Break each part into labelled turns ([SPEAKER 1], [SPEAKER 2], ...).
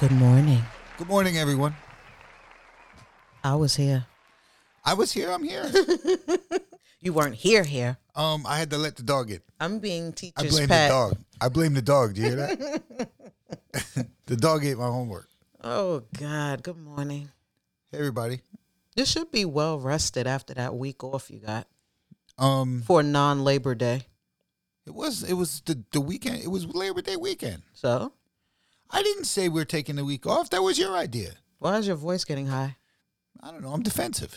[SPEAKER 1] Good morning.
[SPEAKER 2] Good morning, everyone.
[SPEAKER 1] I was here.
[SPEAKER 2] I was here. I'm here.
[SPEAKER 1] You weren't here. Here.
[SPEAKER 2] um, I had to let the dog in.
[SPEAKER 1] I'm being
[SPEAKER 2] I
[SPEAKER 1] teacher's
[SPEAKER 2] blame
[SPEAKER 1] pet.
[SPEAKER 2] the dog. I blame the dog. Do you hear that? the dog ate my homework.
[SPEAKER 1] Oh God. Good morning.
[SPEAKER 2] Hey, everybody.
[SPEAKER 1] You should be well rested after that week off you got
[SPEAKER 2] Um,
[SPEAKER 1] for non Labor Day.
[SPEAKER 2] it was it was the the weekend. It was Labor Day weekend.
[SPEAKER 1] So
[SPEAKER 2] I didn't say we're taking the week off. That was your idea.
[SPEAKER 1] why is your voice getting high?
[SPEAKER 2] I don't know. I'm defensive.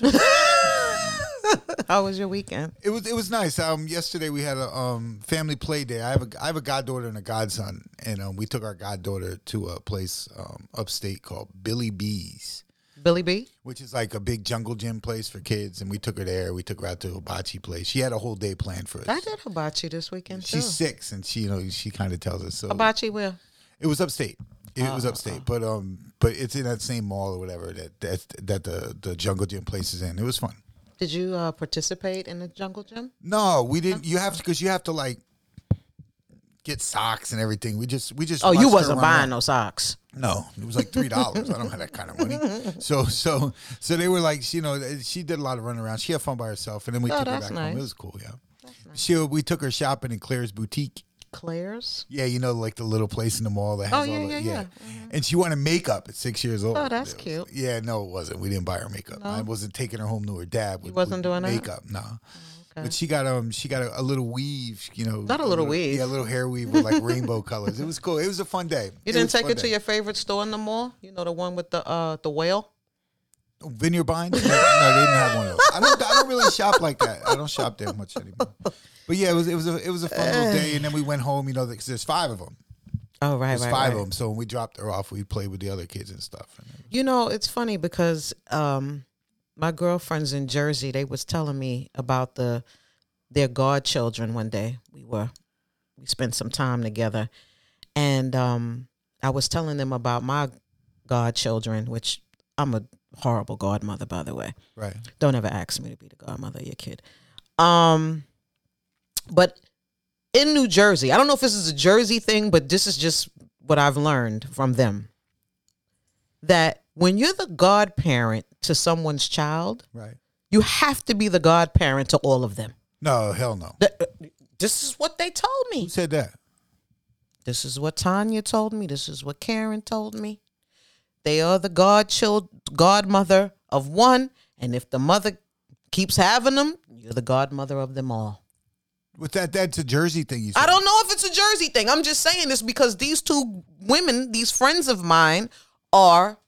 [SPEAKER 1] How was your weekend?
[SPEAKER 2] it was it was nice. Um, yesterday we had a um family play day. I have a I have a goddaughter and a godson, and um, we took our goddaughter to a place um upstate called Billy Bees.
[SPEAKER 1] Billy B.
[SPEAKER 2] which is like a big jungle gym place for kids. And we took her there. We took her out to a hibachi place. She had a whole day planned for us.
[SPEAKER 1] I did hibachi this weekend too.
[SPEAKER 2] She's six, and she you know she kind of tells us. So
[SPEAKER 1] hibachi where?
[SPEAKER 2] it was upstate. It was
[SPEAKER 1] Oh,
[SPEAKER 2] upstate, but um, but it's in that same mall or whatever that that that the the jungle gym place is in. It was fun.
[SPEAKER 1] Did you uh, participate in the jungle gym?
[SPEAKER 2] No, we didn't. You have to because you have to like get socks and everything. We just we just
[SPEAKER 1] Oh, you
[SPEAKER 2] watched her
[SPEAKER 1] wasn't
[SPEAKER 2] run around.
[SPEAKER 1] buying no socks.
[SPEAKER 2] No, it was like three dollars. I don't have that kind of money. So so so they were like, you know, she did a lot of running around. She had fun by herself, and then we
[SPEAKER 1] Oh,
[SPEAKER 2] took her
[SPEAKER 1] that's
[SPEAKER 2] back
[SPEAKER 1] nice.
[SPEAKER 2] home. It was cool, yeah. She we took her shopping in Claire's boutique.
[SPEAKER 1] Claire's.
[SPEAKER 2] Yeah, you know, like the little place in the mall that has
[SPEAKER 1] Oh, yeah,
[SPEAKER 2] all the
[SPEAKER 1] yeah, yeah. Mm-hmm.
[SPEAKER 2] And she wanted makeup at six years old.
[SPEAKER 1] Oh, that's
[SPEAKER 2] It was-
[SPEAKER 1] cute.
[SPEAKER 2] Yeah, no, it wasn't. We didn't buy her makeup. I wasn't taking her home to her dad. With,
[SPEAKER 1] wasn't
[SPEAKER 2] with
[SPEAKER 1] doing that? Oh,
[SPEAKER 2] makeup. No. But she got um she got a, a little weave, you know.
[SPEAKER 1] Not a little weave.
[SPEAKER 2] Yeah, a little hair weave with like rainbow colors. It was cool. It was a fun day.
[SPEAKER 1] You didn't take it to your favorite store in the mall? You know the one with the uh the whale?
[SPEAKER 2] Vineyard Bind? No, no, they didn't have one of those. I don't. I don't really shop like that. I don't shop that much anymore. But yeah, it was it was a it was a fun little day, and then we went home. You know, because there's five of them.
[SPEAKER 1] Oh right,
[SPEAKER 2] There's five of them. So when we dropped her off, we played with the other kids and stuff. And
[SPEAKER 1] You know, it's funny because um my girlfriends in Jersey, they was telling me about the their godchildren one day. We were we spent some time together and um I was telling them about my godchildren, which I'm a horrible godmother by the way.
[SPEAKER 2] right.
[SPEAKER 1] Don't ever ask me to be the godmother of your kid. Um, but in New Jersey, I don't know if this is a Jersey thing, but this is just what I've learned from them that when you're the godparent to someone's child,
[SPEAKER 2] Right.
[SPEAKER 1] you have to be the godparent to all of them.
[SPEAKER 2] No, hell no.
[SPEAKER 1] That- This is what they told me.
[SPEAKER 2] Who said that?
[SPEAKER 1] This is what Tanya told me. This is what Karen told me. They are the godchild, godmother of one, and if the mother keeps having them, you're the godmother of them all.
[SPEAKER 2] With that, that's a Jersey thing. You said.
[SPEAKER 1] I don't know if it's a Jersey thing. I'm just saying this because these two women, these friends of mine, are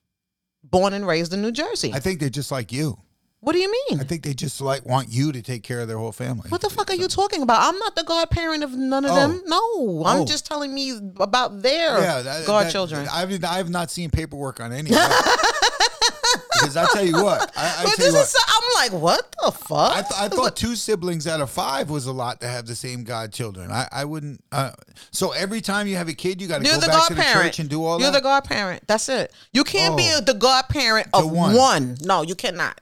[SPEAKER 1] born and raised in New Jersey.
[SPEAKER 2] I think they're just like you.
[SPEAKER 1] what do you
[SPEAKER 2] I
[SPEAKER 1] mean?
[SPEAKER 2] think they just like want you to take care of their whole family.
[SPEAKER 1] What the fuck are you talking about? I'm not the godparent of none of
[SPEAKER 2] Oh.
[SPEAKER 1] them. No, I'm
[SPEAKER 2] Oh.
[SPEAKER 1] just telling me about their
[SPEAKER 2] Yeah, that-
[SPEAKER 1] godchildren.
[SPEAKER 2] that- I've I've not seen paperwork on any. of that. because I tell you what, I, I
[SPEAKER 1] but
[SPEAKER 2] tell
[SPEAKER 1] this
[SPEAKER 2] you what,
[SPEAKER 1] is, so- I'm like, what the fuck?
[SPEAKER 2] I, th- I thought two siblings out of five was a lot to have the same godchildren. I, I wouldn't. Uh, so every time you have a kid, you got to
[SPEAKER 1] You're
[SPEAKER 2] go
[SPEAKER 1] the
[SPEAKER 2] back to the
[SPEAKER 1] godparent.
[SPEAKER 2] church and do all
[SPEAKER 1] You're
[SPEAKER 2] that.
[SPEAKER 1] the godparent. That's it. You can't be
[SPEAKER 2] Oh.
[SPEAKER 1] the godparent of one.
[SPEAKER 2] one.
[SPEAKER 1] No, you cannot.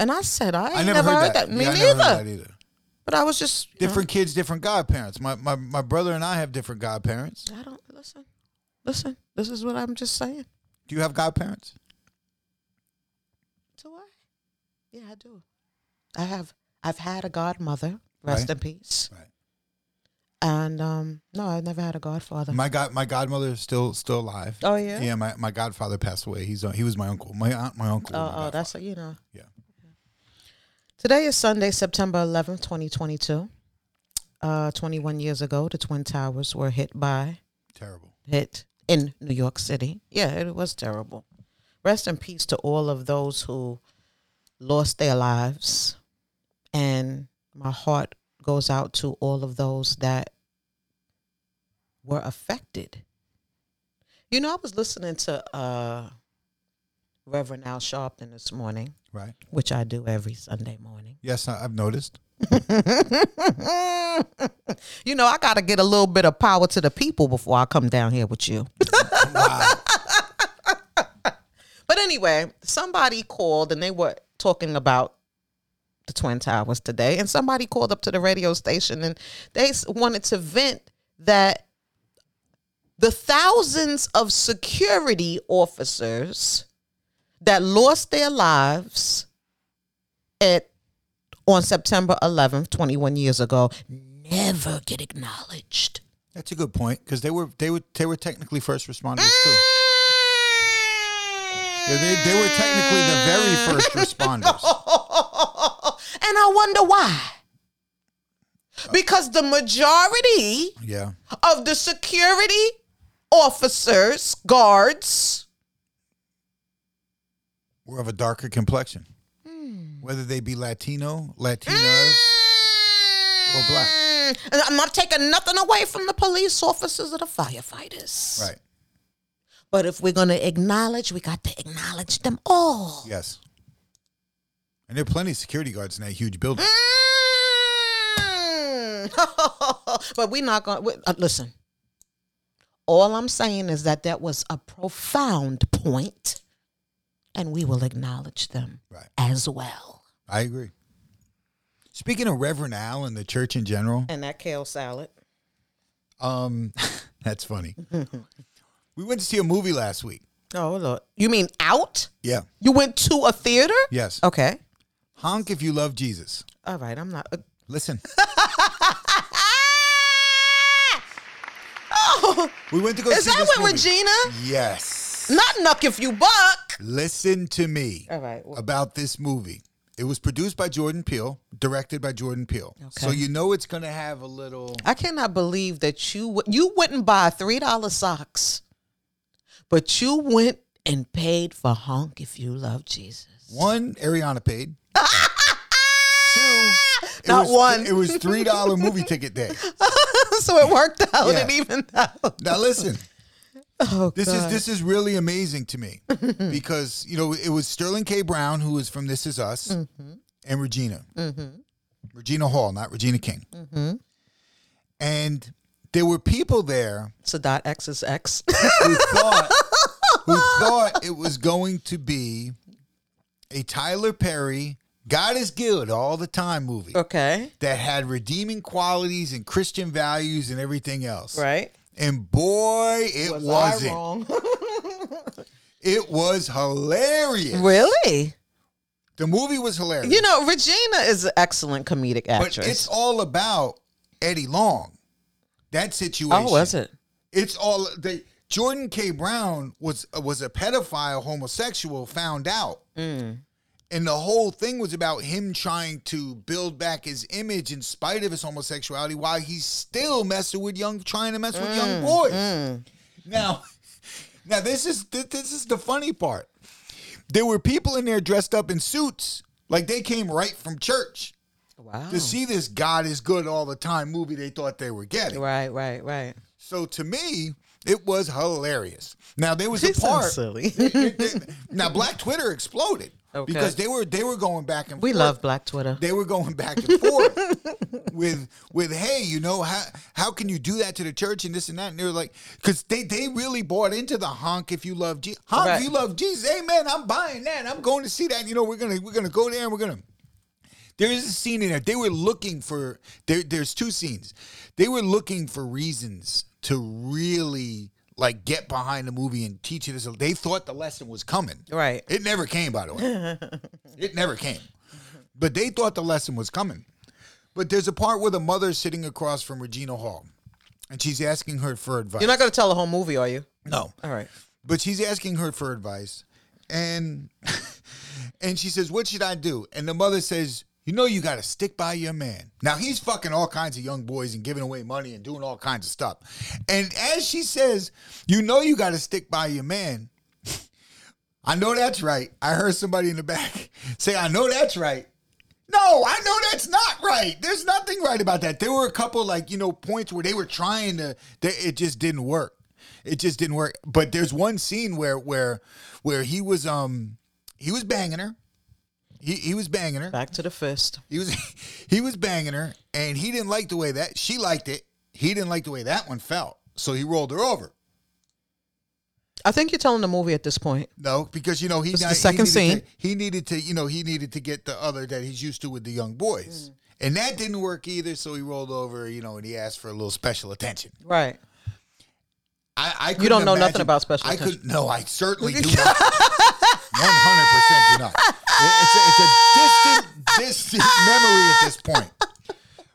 [SPEAKER 1] And I said, I,
[SPEAKER 2] I
[SPEAKER 1] ain't
[SPEAKER 2] never heard that.
[SPEAKER 1] Me
[SPEAKER 2] Yeah, I
[SPEAKER 1] neither.
[SPEAKER 2] never heard that either.
[SPEAKER 1] But I was just you know,
[SPEAKER 2] Different kids, different godparents. My, my my brother and I have different godparents.
[SPEAKER 1] I don't listen. Listen, this is what I'm just saying.
[SPEAKER 2] Do you have godparents?
[SPEAKER 1] Do I? Yeah, I do. I have. I've had a godmother. Rest
[SPEAKER 2] Right.
[SPEAKER 1] in peace.
[SPEAKER 2] Right.
[SPEAKER 1] And um, no, I've never had a godfather.
[SPEAKER 2] My god, my godmother is still still alive.
[SPEAKER 1] Oh, yeah?
[SPEAKER 2] Yeah, my, my godfather passed away. He's uh, he was my uncle. My aunt, my uncle.
[SPEAKER 1] oh,
[SPEAKER 2] was
[SPEAKER 1] oh,
[SPEAKER 2] my godfather.
[SPEAKER 1] that's a, you know.
[SPEAKER 2] yeah.
[SPEAKER 1] Today is Sunday, September 11th, 2022. Uh, 21 years ago, the Twin Towers were hit by
[SPEAKER 2] Terrible.
[SPEAKER 1] hit in New York City. Yeah, it was terrible. Rest in peace to all of those who lost their lives. And my heart goes out to all of those that were affected. You know, I was listening to uh, Reverend Al Sharpton this morning,
[SPEAKER 2] Right.
[SPEAKER 1] which I do every Sunday morning.
[SPEAKER 2] Yes, I, I've noticed.
[SPEAKER 1] you know, I got to get a little bit of power to the people before I come down here with you. but anyway, somebody called and they were talking about the Twin Towers today, and somebody called up to the radio station and they s- wanted to vent that the thousands of security officers that lost their lives at on September 11th, 21 years ago, never get acknowledged.
[SPEAKER 2] That's a good point because they were they were they were technically first responders too. Yeah, they, they were technically the very first responders.
[SPEAKER 1] and I wonder why. Because the majority
[SPEAKER 2] Yeah.
[SPEAKER 1] of the security officers, guards,
[SPEAKER 2] Were of a darker complexion.
[SPEAKER 1] Hmm.
[SPEAKER 2] Whether they be Latino, Latinos, or black.
[SPEAKER 1] and I'm not taking nothing away from the police officers or the firefighters.
[SPEAKER 2] Right.
[SPEAKER 1] But if we're going to acknowledge, we got to acknowledge them all.
[SPEAKER 2] Yes. And there are plenty of security guards in that huge building.
[SPEAKER 1] Mm. but we're not going to uh, listen. All I'm saying is that that was a profound point, and we will acknowledge them
[SPEAKER 2] Right.
[SPEAKER 1] as well.
[SPEAKER 2] I agree. Speaking of Reverend Al and the church in general,
[SPEAKER 1] And that kale salad.
[SPEAKER 2] um, that's funny. we went to see a movie last week.
[SPEAKER 1] Oh Lord, you mean out?
[SPEAKER 2] Yeah.
[SPEAKER 1] You went to a theater?
[SPEAKER 2] Yes.
[SPEAKER 1] Okay.
[SPEAKER 2] Honk if you love Jesus.
[SPEAKER 1] All right. I'm not. uh,
[SPEAKER 2] Listen,
[SPEAKER 1] Ah! Oh,
[SPEAKER 2] we went to go
[SPEAKER 1] is
[SPEAKER 2] see
[SPEAKER 1] that
[SPEAKER 2] this
[SPEAKER 1] with
[SPEAKER 2] movie.
[SPEAKER 1] Regina?
[SPEAKER 2] Yes.
[SPEAKER 1] Not knuck if you buck.
[SPEAKER 2] Listen to me.
[SPEAKER 1] All right. well,
[SPEAKER 2] about this movie. It was produced by Jordan Peele, directed by Jordan Peele. So
[SPEAKER 1] Okay.
[SPEAKER 2] you know it's going to have a little.
[SPEAKER 1] I cannot believe that you w- you wouldn't buy three dollar socks, but you went and paid for honk if you love Jesus.
[SPEAKER 2] One, Ariana paid. Two, it
[SPEAKER 1] Not
[SPEAKER 2] was,
[SPEAKER 1] one.
[SPEAKER 2] It was three dollar movie ticket day.
[SPEAKER 1] so it worked out.
[SPEAKER 2] Yeah.
[SPEAKER 1] It evened out.
[SPEAKER 2] Now listen,
[SPEAKER 1] Oh,
[SPEAKER 2] this
[SPEAKER 1] God.
[SPEAKER 2] is this is really amazing to me because you know it was Sterling K. Brown who was from This Is Us
[SPEAKER 1] Mm-hmm.
[SPEAKER 2] and Regina, Regina Hall, not Regina King,
[SPEAKER 1] Mm-hmm.
[SPEAKER 2] and there were people there
[SPEAKER 1] Sadat X is X.
[SPEAKER 2] who thought who thought it was going to be a Tyler Perry God is good all the time movie
[SPEAKER 1] okay.
[SPEAKER 2] that had redeeming qualities and Christian values and everything else.
[SPEAKER 1] Right.
[SPEAKER 2] And boy, it
[SPEAKER 1] Was
[SPEAKER 2] was
[SPEAKER 1] I
[SPEAKER 2] not
[SPEAKER 1] wrong?
[SPEAKER 2] It was hilarious.
[SPEAKER 1] really?
[SPEAKER 2] The movie was hilarious.
[SPEAKER 1] You know, Regina is an excellent comedic
[SPEAKER 2] but it's
[SPEAKER 1] actress.
[SPEAKER 2] all about Eddie Long. That situation.
[SPEAKER 1] oh, was it?
[SPEAKER 2] It's all they. Jordan K. Brown was was a pedophile, homosexual, found out, and the whole thing was about him trying to build back his image in spite of his homosexuality, while he's still messing with young, trying to mess with young boys. Now, now this is this, this is the funny part. There were people in there dressed up in suits, like they came right from church
[SPEAKER 1] Wow.
[SPEAKER 2] to see this "God is good all the time" movie. They thought they were getting.
[SPEAKER 1] Right, right, right.
[SPEAKER 2] So to me, it was hilarious. Now there was
[SPEAKER 1] She
[SPEAKER 2] a part.
[SPEAKER 1] sounds silly.
[SPEAKER 2] now Black Twitter exploded
[SPEAKER 1] Okay.
[SPEAKER 2] because they were they were going back and
[SPEAKER 1] we
[SPEAKER 2] forth.
[SPEAKER 1] love Black Twitter.
[SPEAKER 2] They were going back and forth with with hey, you know how how can you do that to the church and this and that? And they were like, because they they really bought into the honk if you love Jesus. Honk
[SPEAKER 1] Right.
[SPEAKER 2] if you love Jesus. Amen. I'm buying that. I'm going to see that. You know we're gonna we're gonna go there and we're gonna. There is a scene in there. They were looking for there. There's two scenes. They were looking for reasons to really like get behind the movie and teach it. as a- They thought the lesson was coming.
[SPEAKER 1] Right.
[SPEAKER 2] It never came, by the way. it never came. But they thought the lesson was coming. But there's a part where the mother's sitting across from Regina Hall and she's asking her for advice.
[SPEAKER 1] You're not going to tell the whole movie, are you?
[SPEAKER 2] no.
[SPEAKER 1] All right.
[SPEAKER 2] But she's asking her for advice. And and she says, What should I do? And the mother says, You know you gotta stick by your man. Now he's fucking all kinds of young boys and giving away money and doing all kinds of stuff. And as she says, You know you gotta stick by your man, I know that's right. I heard somebody in the back say, I know that's right. No, I know that's not right. There's nothing right about that. There were a couple like, you know, points where they were trying to they, it just didn't work. It just didn't work. But there's one scene where where where he was um he was banging her. He he was banging her.
[SPEAKER 1] Back to the fist.
[SPEAKER 2] He was he was banging her and he didn't like the way that she liked it. He didn't like the way that one felt. So he rolled her over.
[SPEAKER 1] I think you're telling the movie at this point.
[SPEAKER 2] No, because you know he
[SPEAKER 1] This is
[SPEAKER 2] not-
[SPEAKER 1] the second
[SPEAKER 2] he needed
[SPEAKER 1] scene.
[SPEAKER 2] To, he needed to, you know, he needed to get the other that he's used to with the young
[SPEAKER 1] Mm.
[SPEAKER 2] boys, and that didn't work either. So he rolled over, you know, and he asked for a little special attention.
[SPEAKER 1] Right.
[SPEAKER 2] I, I
[SPEAKER 1] You don't
[SPEAKER 2] couldn't
[SPEAKER 1] know nothing
[SPEAKER 2] imagine-
[SPEAKER 1] about special
[SPEAKER 2] I
[SPEAKER 1] attention.
[SPEAKER 2] could no, I certainly do not. One hundred percent do not. It- It's a, it's a distant, distant memory at this point.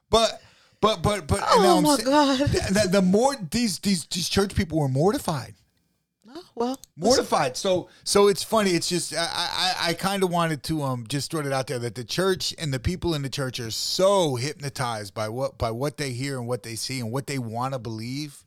[SPEAKER 2] But, but, but, but. and
[SPEAKER 1] Oh
[SPEAKER 2] I'm
[SPEAKER 1] my
[SPEAKER 2] sa-
[SPEAKER 1] God.
[SPEAKER 2] th- th- the more these these these church people were mortified.
[SPEAKER 1] Oh, well,
[SPEAKER 2] mortified. So so it's funny. It's just I I, I kind of wanted to um just throw it out there that the church and the people in the church are so hypnotized by what by what they hear and what they see and what they want to believe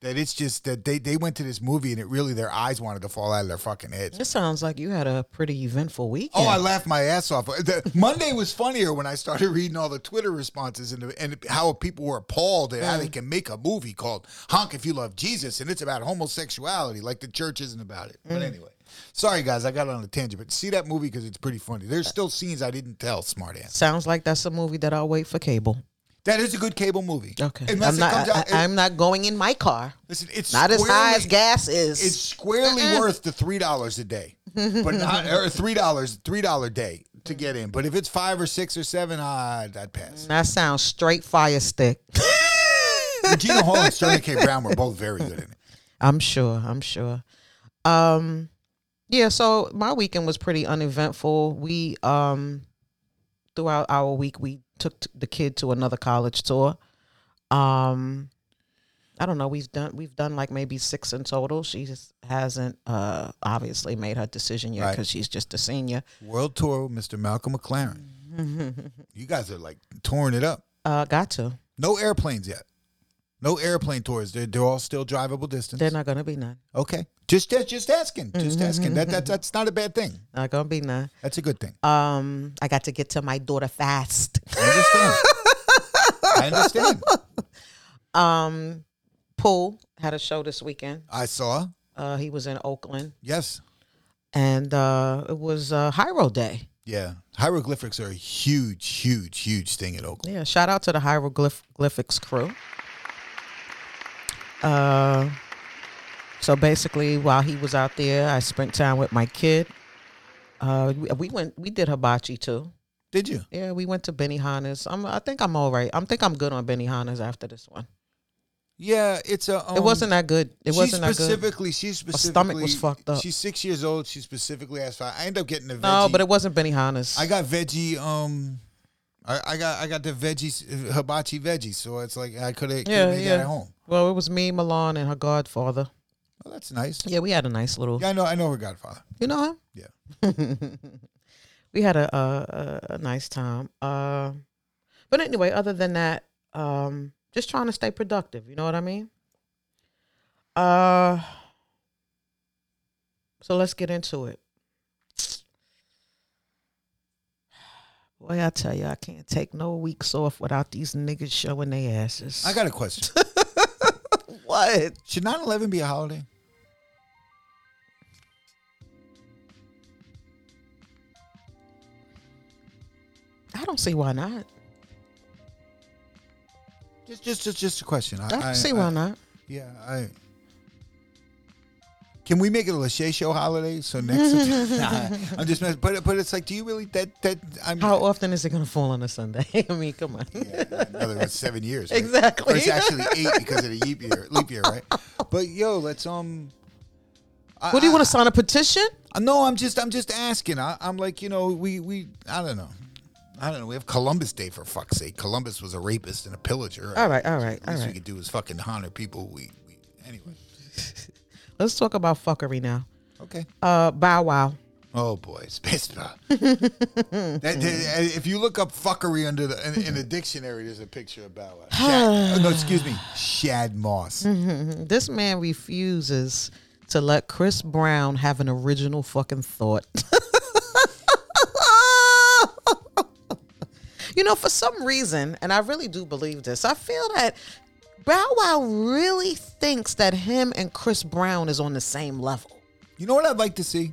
[SPEAKER 2] that it's just that they they went to this movie and it really their eyes wanted to fall out of their fucking heads.
[SPEAKER 1] this sounds like you had a pretty eventful weekend.
[SPEAKER 2] Oh, I laughed my ass off. The, Monday was funnier when I started reading all the Twitter responses and and how people were appalled at how
[SPEAKER 1] Mm.
[SPEAKER 2] they can make a movie called "Honk If You Love Jesus" and it's about homosexuality, like the church isn't about it.
[SPEAKER 1] Mm.
[SPEAKER 2] But anyway, sorry guys, I got on a tangent. But see that movie because it's pretty funny. There's still scenes I didn't tell. Smart ass.
[SPEAKER 1] Sounds like that's a movie that I'll wait for cable.
[SPEAKER 2] That is a good cable movie.
[SPEAKER 1] Okay.
[SPEAKER 2] Unless
[SPEAKER 1] I'm
[SPEAKER 2] it
[SPEAKER 1] not,
[SPEAKER 2] comes out.
[SPEAKER 1] I, am not going in my car.
[SPEAKER 2] listen, it's
[SPEAKER 1] Not as high as
[SPEAKER 2] squarely-
[SPEAKER 1] gas is.
[SPEAKER 2] It's squarely worth the three dollars a day, but not or three dollars three dollar day to get in. But if it's five or six or seven, ah, I'd pass.
[SPEAKER 1] that sounds straight fire stick.
[SPEAKER 2] Regina Hall and Sterling K. Brown were both very good in it.
[SPEAKER 1] I'm sure. I'm sure. Um, yeah. So my weekend was pretty uneventful. We um, throughout our week, we took t- the kid to another college tour. Um, I don't know. We've done we've done like maybe six in total. She just hasn't uh obviously made her decision yet
[SPEAKER 2] Right.
[SPEAKER 1] because she's just a senior.
[SPEAKER 2] World tour, with Mr. Malcolm McLaren. you guys are like touring it up.
[SPEAKER 1] Uh, got to.
[SPEAKER 2] No airplanes yet. No airplane tours. They're, they're all still drivable distance.
[SPEAKER 1] They're not Mm-hmm, gonna be none.
[SPEAKER 2] okay. Just just just asking. Just asking. That, that that's not a bad thing.
[SPEAKER 1] Not gonna be none.
[SPEAKER 2] That's a good thing.
[SPEAKER 1] Um, I got to get to my daughter fast.
[SPEAKER 2] I understand. I understand.
[SPEAKER 1] Um, Pool had a show this weekend.
[SPEAKER 2] I saw.
[SPEAKER 1] Uh, he was in Oakland,
[SPEAKER 2] Yes.
[SPEAKER 1] and uh, it was uh, Hyro Day.
[SPEAKER 2] Yeah. Hieroglyphics are a huge, huge, huge thing in Oakland.
[SPEAKER 1] Yeah, shout out to the Hieroglyphics crew. Uh, so basically, while he was out there, I spent time with my kid. Uh, we- we went, we did hibachi too.
[SPEAKER 2] Did you?
[SPEAKER 1] Yeah, we went to Benihana's. I'm, I think I'm all right. I think I'm good on Benihana's after this one.
[SPEAKER 2] Yeah, it's a.
[SPEAKER 1] It wasn't that good. It wasn't
[SPEAKER 2] she
[SPEAKER 1] that good.
[SPEAKER 2] specifically. She specifically.
[SPEAKER 1] stomach was fucked up.
[SPEAKER 2] She's six years old. She specifically asked for. I ended up getting the veggie.
[SPEAKER 1] No, but it wasn't Benihana's.
[SPEAKER 2] I got veggie. Um, I, I got I got the veggies hibachi veggies. So it's like I could have
[SPEAKER 1] Yeah,
[SPEAKER 2] yeah, made
[SPEAKER 1] yeah.
[SPEAKER 2] that at home.
[SPEAKER 1] well, it was me, Milan, and her godfather.
[SPEAKER 2] Well, that's nice.
[SPEAKER 1] Yeah, we had a nice little.
[SPEAKER 2] Yeah, I know. I know her godfather.
[SPEAKER 1] You know him?
[SPEAKER 2] Yeah.
[SPEAKER 1] we had a a, a, a nice time. Uh, but anyway, other than that, um, just trying to stay productive. You know what I mean? Uh, so let's get into it. Boy, I tell you, I can't take no weeks off without these niggas showing their asses.
[SPEAKER 2] I got a question.
[SPEAKER 1] what?
[SPEAKER 2] Should 9-11 be a holiday?
[SPEAKER 1] I don't see why not.
[SPEAKER 2] Just just just just a question. I,
[SPEAKER 1] I don't
[SPEAKER 2] I-
[SPEAKER 1] see why
[SPEAKER 2] I-
[SPEAKER 1] not.
[SPEAKER 2] Yeah, I. Can we make it a Lachey show holiday? So next, nah, I'm just mess- but but it's like, do you really that that I'm
[SPEAKER 1] How often is it going to fall on a Sunday? I mean, come on.
[SPEAKER 2] Yeah, another that's seven years. right?
[SPEAKER 1] Exactly.
[SPEAKER 2] Or it's actually eight because of the leap year. Leap year, right? But yo, let's um. I,
[SPEAKER 1] What do you want to sign a petition?
[SPEAKER 2] I, no, I'm just I'm just asking. I, I'm like you know we we I don't know. I don't know. We have Columbus Day for fuck's sake. Columbus was a rapist and a pillager.
[SPEAKER 1] All right, all right,
[SPEAKER 2] Least
[SPEAKER 1] all
[SPEAKER 2] we
[SPEAKER 1] right.
[SPEAKER 2] could do is fucking honor people. We, we anyway.
[SPEAKER 1] Let's talk about fuckery now.
[SPEAKER 2] Okay.
[SPEAKER 1] Uh, Bow Wow.
[SPEAKER 2] Oh boy, space bar. That- that- if you look up fuckery under the in, in the dictionary, there's a picture of Bow Wow. Shad, oh, no, excuse me, Shad Moss.
[SPEAKER 1] This man refuses to let Chris Brown have an original fucking thought. you know, for some reason, and I really do believe this, I feel that Bow Wow really thinks that him and Chris Brown is on the same level.
[SPEAKER 2] You know what I'd like to see?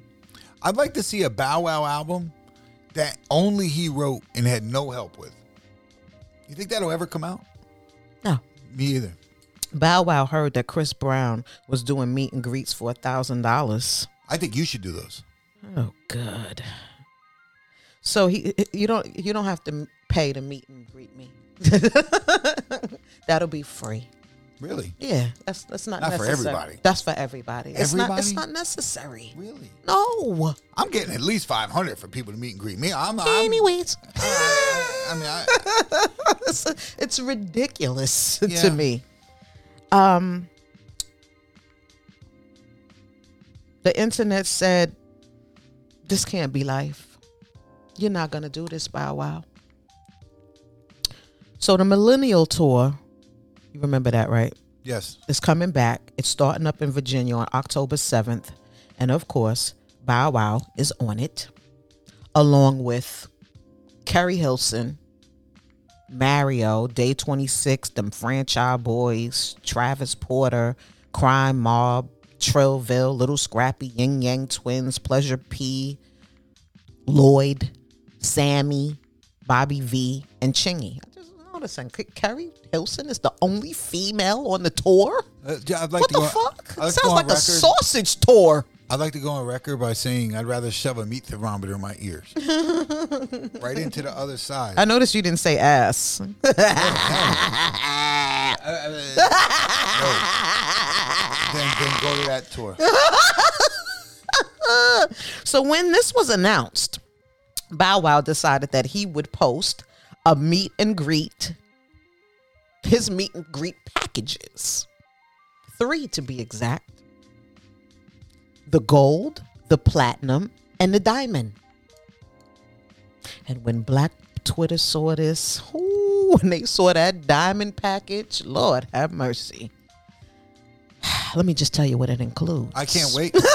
[SPEAKER 2] I'd like to see a Bow Wow album that only he wrote and had no help with. You think that'll ever come out?
[SPEAKER 1] No.
[SPEAKER 2] Me either.
[SPEAKER 1] Bow Wow heard that Chris Brown was doing meet and greets for a thousand dollars.
[SPEAKER 2] I think you should do those.
[SPEAKER 1] Oh God. So he you don't you don't have to pay to meet and greet me. That'll be free.
[SPEAKER 2] Really?
[SPEAKER 1] Yeah, that's that's not,
[SPEAKER 2] Not for
[SPEAKER 1] necessary.
[SPEAKER 2] everybody.
[SPEAKER 1] That's for everybody. It's not it's
[SPEAKER 2] Everybody?
[SPEAKER 1] not necessary.
[SPEAKER 2] Really?
[SPEAKER 1] No.
[SPEAKER 2] I'm getting at least 500 for people to meet and greet me. I'm, I'm Ah.
[SPEAKER 1] Anyways,
[SPEAKER 2] I, I mean, I,
[SPEAKER 1] it's, it's ridiculous
[SPEAKER 2] Yeah.
[SPEAKER 1] to me. Um, the internet said, "This can't be life. You're not gonna do this, Bow Wow." So the Millennial Tour, you remember that, right?
[SPEAKER 2] yes.
[SPEAKER 1] is coming back. It's starting up in Virginia on October 7th. And of course, Bow Wow is on it, along with Kerry Hilson, Mario, Day 26, Them Franchise Boys, Travis Porter, Crime Mob, Trillville, Little Scrappy, Yin Yang Twins, Pleasure P, Lloyd, Sammy, Bobby V, and Chingy. I just noticed, and Carrie Hilson is the only female on the tour.
[SPEAKER 2] Uh, yeah, I'd like
[SPEAKER 1] What
[SPEAKER 2] to
[SPEAKER 1] the
[SPEAKER 2] go on-
[SPEAKER 1] fuck?
[SPEAKER 2] I'd like to
[SPEAKER 1] Sounds
[SPEAKER 2] go on
[SPEAKER 1] like a
[SPEAKER 2] record-
[SPEAKER 1] sausage tour.
[SPEAKER 2] I'd like to go on record by saying I'd rather shove a meat thermometer in my ears, right into the other side.
[SPEAKER 1] I noticed you didn't say ass.
[SPEAKER 2] Uh, uh, no. Then, then go to that tour.
[SPEAKER 1] So when this was announced, Bow Wow decided that he would post a meet and greet, his meet and greet packages, three to be exact the gold, the platinum, and the diamond. And when Black Twitter saw this, ooh, when they saw that diamond package, Lord have mercy. Let me just tell you what it includes.
[SPEAKER 2] I can't wait.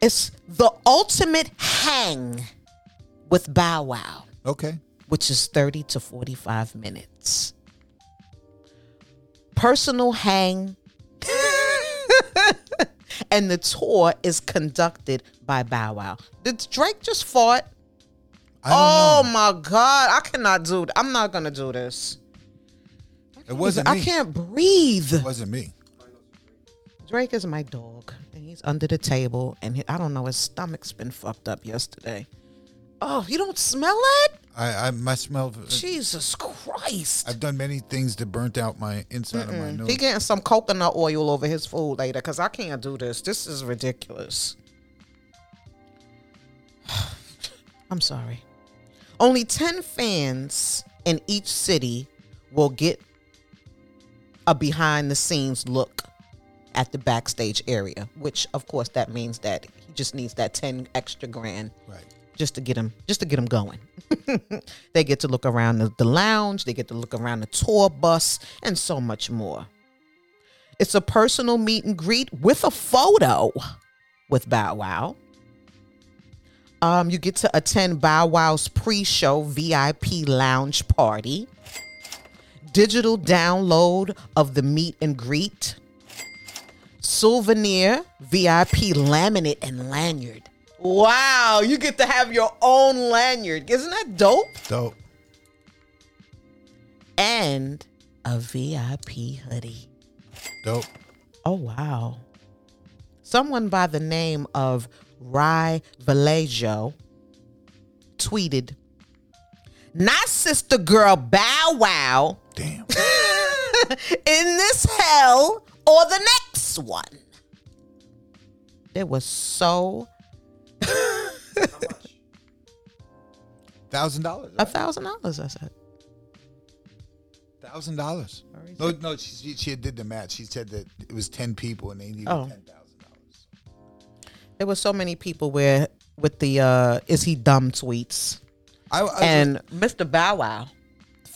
[SPEAKER 1] It's the ultimate hang with Bow Wow,
[SPEAKER 2] Okay.
[SPEAKER 1] which is 30 to 45 minutes. Personal hang. and the tour is conducted by Bow Wow. Did Drake just fart?
[SPEAKER 2] I don't
[SPEAKER 1] Oh
[SPEAKER 2] know.
[SPEAKER 1] my God. I cannot do th- I'm not going to do this.
[SPEAKER 2] It wasn't
[SPEAKER 1] I
[SPEAKER 2] me.
[SPEAKER 1] can't breathe.
[SPEAKER 2] It wasn't me.
[SPEAKER 1] Drake is my dog, and he's under the table, and he, I don't know, his stomach's been fucked up yesterday. Oh, you don't smell it?
[SPEAKER 2] I, I my smell. of-
[SPEAKER 1] Jesus Christ!
[SPEAKER 2] I've done many things that burnt out my inside of my nose.
[SPEAKER 1] He getting some coconut oil over his food later, cause I can't do this. This is ridiculous. I'm sorry. Only ten fans in each city will get a behind the scenes look at the backstage area, which of course that means that he just needs that ten extra grand
[SPEAKER 2] Right.
[SPEAKER 1] just to get them just to get them going. they get to look around the, the lounge, they get to look around the tour bus, and so much more. It's a personal meet and greet with a photo with Bow Wow. Um, you get to attend Bow Wow's pre-show VIP lounge party, digital download of the meet and greet, souvenir, VIP laminate and lanyard. Wow, you get to have your own lanyard. Isn't that dope?
[SPEAKER 2] Dope.
[SPEAKER 1] And a VIP hoodie.
[SPEAKER 2] Dope.
[SPEAKER 1] Oh, wow. Someone by the name of Rai Vallejo tweeted, Not sister girl Bow Wow
[SPEAKER 2] Damn.
[SPEAKER 1] in this hell or the next one. There was so
[SPEAKER 2] Thousand dollars.
[SPEAKER 1] a thousand dollars. I said,
[SPEAKER 2] Thousand dollars. No, no. She, she she did the math. She said that it was ten people and they needed
[SPEAKER 1] Oh.
[SPEAKER 2] ten thousand dollars.
[SPEAKER 1] there were so many people where with the uh, "Is he dumb?" tweets,
[SPEAKER 2] I, I was
[SPEAKER 1] and Mr. Bow Wow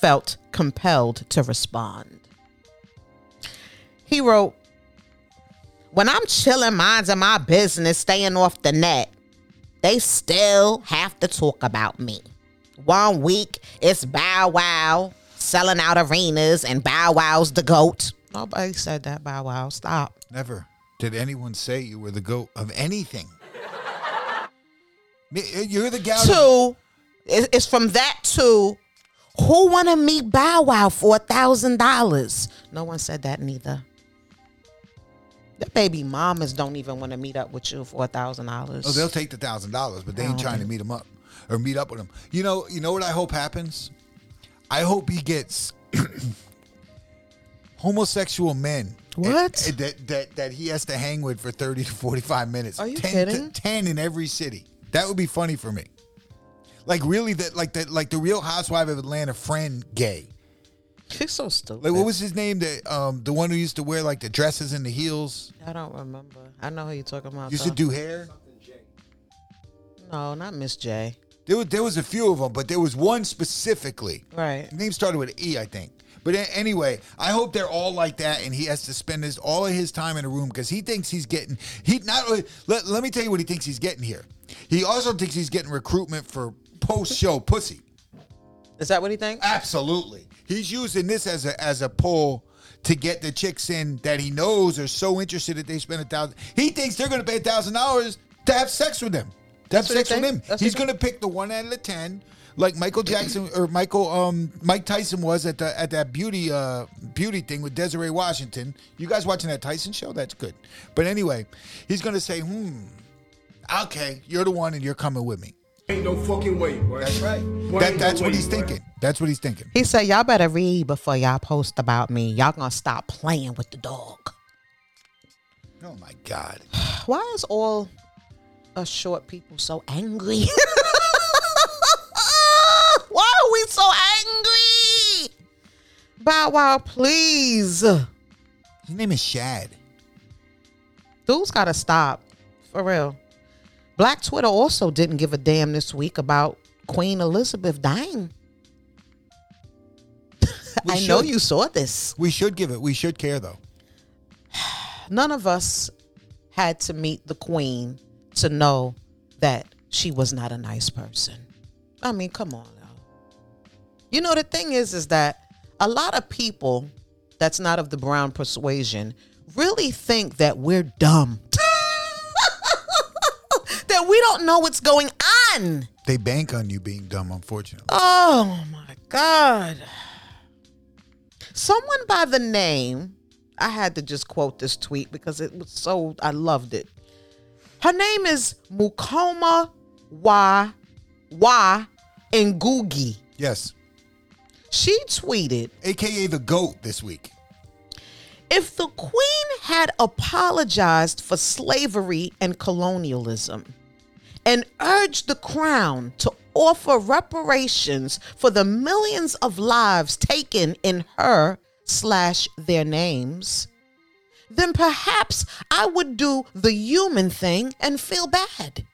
[SPEAKER 1] felt compelled to respond. He wrote, When I'm chilling, minding my business, staying off the net, they still have to talk about me. One week, it's Bow Wow selling out arenas and Bow Wow's the GOAT. Nobody said that, Bow Wow. Stop.
[SPEAKER 2] Never did anyone say you were the goat of anything. Me- You're the gal.
[SPEAKER 1] Two, it- it's from that to who want to meet Bow Wow for a thousand dollars? No one said that neither. The baby mamas don't even want to meet up with you for a thousand dollars.
[SPEAKER 2] Oh, they'll take the thousand dollars, but they
[SPEAKER 1] Oh.
[SPEAKER 2] ain't trying to meet him up or meet up with him. You know, you know what I hope happens. I hope he gets homosexual men.
[SPEAKER 1] What?
[SPEAKER 2] eh, that that that he has to hang with for thirty to forty five minutes.
[SPEAKER 1] Are you
[SPEAKER 2] ten,
[SPEAKER 1] kidding?
[SPEAKER 2] t- ten in every city. That would be funny for me. Like really, that like that like the Real Housewife of Atlanta friend gay.
[SPEAKER 1] She's so stupid.
[SPEAKER 2] Like what was his name? That um the one who used to wear like the dresses and the heels.
[SPEAKER 1] I don't remember. I know who you're talking about.
[SPEAKER 2] Used to
[SPEAKER 1] though.
[SPEAKER 2] do hair.
[SPEAKER 1] no, not Miss J.
[SPEAKER 2] There was there was a few of them, but there was one specifically.
[SPEAKER 1] Right.
[SPEAKER 2] His name started with E, I think. But a- anyway, I hope they're all like that, and he has to spend his all of his time in a room because he thinks he's getting he not. only- Let, let me tell you what he thinks he's getting here. He also thinks he's getting recruitment for post show pussy.
[SPEAKER 1] Is that what he thinks?
[SPEAKER 2] Absolutely, he's using this as a as a pull to get the chicks in that he knows are so interested that they spend a thousand. He thinks they're going to pay a thousand dollars to have sex with them. To
[SPEAKER 1] That's
[SPEAKER 2] have
[SPEAKER 1] what he
[SPEAKER 2] sex with
[SPEAKER 1] think?
[SPEAKER 2] him.
[SPEAKER 1] That's what
[SPEAKER 2] he's
[SPEAKER 1] he
[SPEAKER 2] going to pick the one out of the ten, like Michael Jackson or Michael um Mike Tyson was at the at that beauty uh beauty thing with Desiree Washington. You guys watching that Tyson show? That's good. But anyway, he's going to say, hmm, okay, you're the one, and you're coming with me.
[SPEAKER 3] Ain't no fucking way, boy.
[SPEAKER 2] That's right.
[SPEAKER 3] Boy,
[SPEAKER 2] That,
[SPEAKER 3] ain't
[SPEAKER 2] that's
[SPEAKER 3] no
[SPEAKER 2] what
[SPEAKER 3] way,
[SPEAKER 2] he's
[SPEAKER 3] boy.
[SPEAKER 2] thinking. That's what he's thinking.
[SPEAKER 1] He said, Y'all better read before y'all post about me. Y'all gonna stop playing with the dog.
[SPEAKER 2] Oh my God.
[SPEAKER 1] Why is all us short people so angry? Why are we so angry? Bow Wow, please.
[SPEAKER 2] His name is Shad.
[SPEAKER 1] Dude's gotta stop. For real. Black Twitter also didn't give a damn this week about Queen Elizabeth dying.
[SPEAKER 2] We
[SPEAKER 1] I know
[SPEAKER 2] should.
[SPEAKER 1] you saw this.
[SPEAKER 2] We should give it. We should care though.
[SPEAKER 1] None of us had to meet the Queen to know that she was not a nice person. I mean, come on now. You know, the thing is, is that a lot of people that's not of the brown persuasion really think that we're dumb, that we don't know what's going on.
[SPEAKER 2] They bank on you being dumb, unfortunately.
[SPEAKER 1] Oh my God. Someone by the name, I had to just quote this tweet because it was so, I loved it. Her name is Mukoma Wa Wa Ngugi.
[SPEAKER 2] Yes.
[SPEAKER 1] She tweeted,
[SPEAKER 2] AKA the GOAT this week.
[SPEAKER 1] if the queen had apologized for slavery and colonialism and urged the crown to offer reparations for the millions of lives taken in her slash their names then perhaps i would do the human thing and feel bad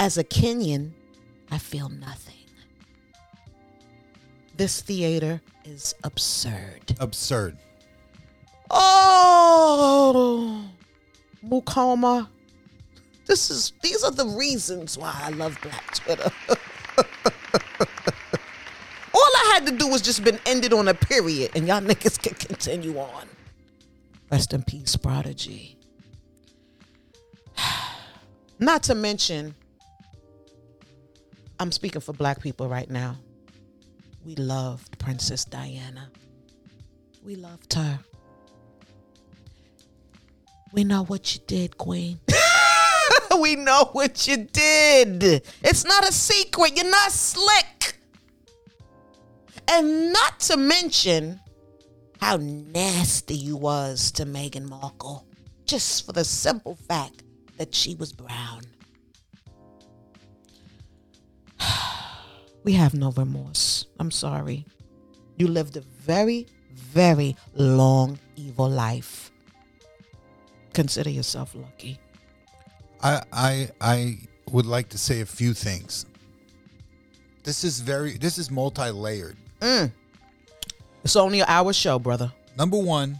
[SPEAKER 1] as a kenyan i feel nothing this theater is absurd
[SPEAKER 2] Absurd.
[SPEAKER 1] Oh, Mukoma. This is these are the reasons why I love Black Twitter. All I had to do was just been ended on a period, and y'all niggas can continue on. Rest in peace, Prodigy. Not to mention, I'm speaking for black people right now. We loved Princess Diana. We loved her. We know what you did, Queen. we know what you did. It's not a secret. You're not slick. And not to mention how nasty you was to Meghan Markle, just for the simple fact that she was brown. we have no remorse. I'm sorry. You lived a very, very long, evil life consider yourself lucky.
[SPEAKER 2] I I I would like to say a few things. This is very this is multi-layered.
[SPEAKER 1] It's only an hour show, brother.
[SPEAKER 2] Number one,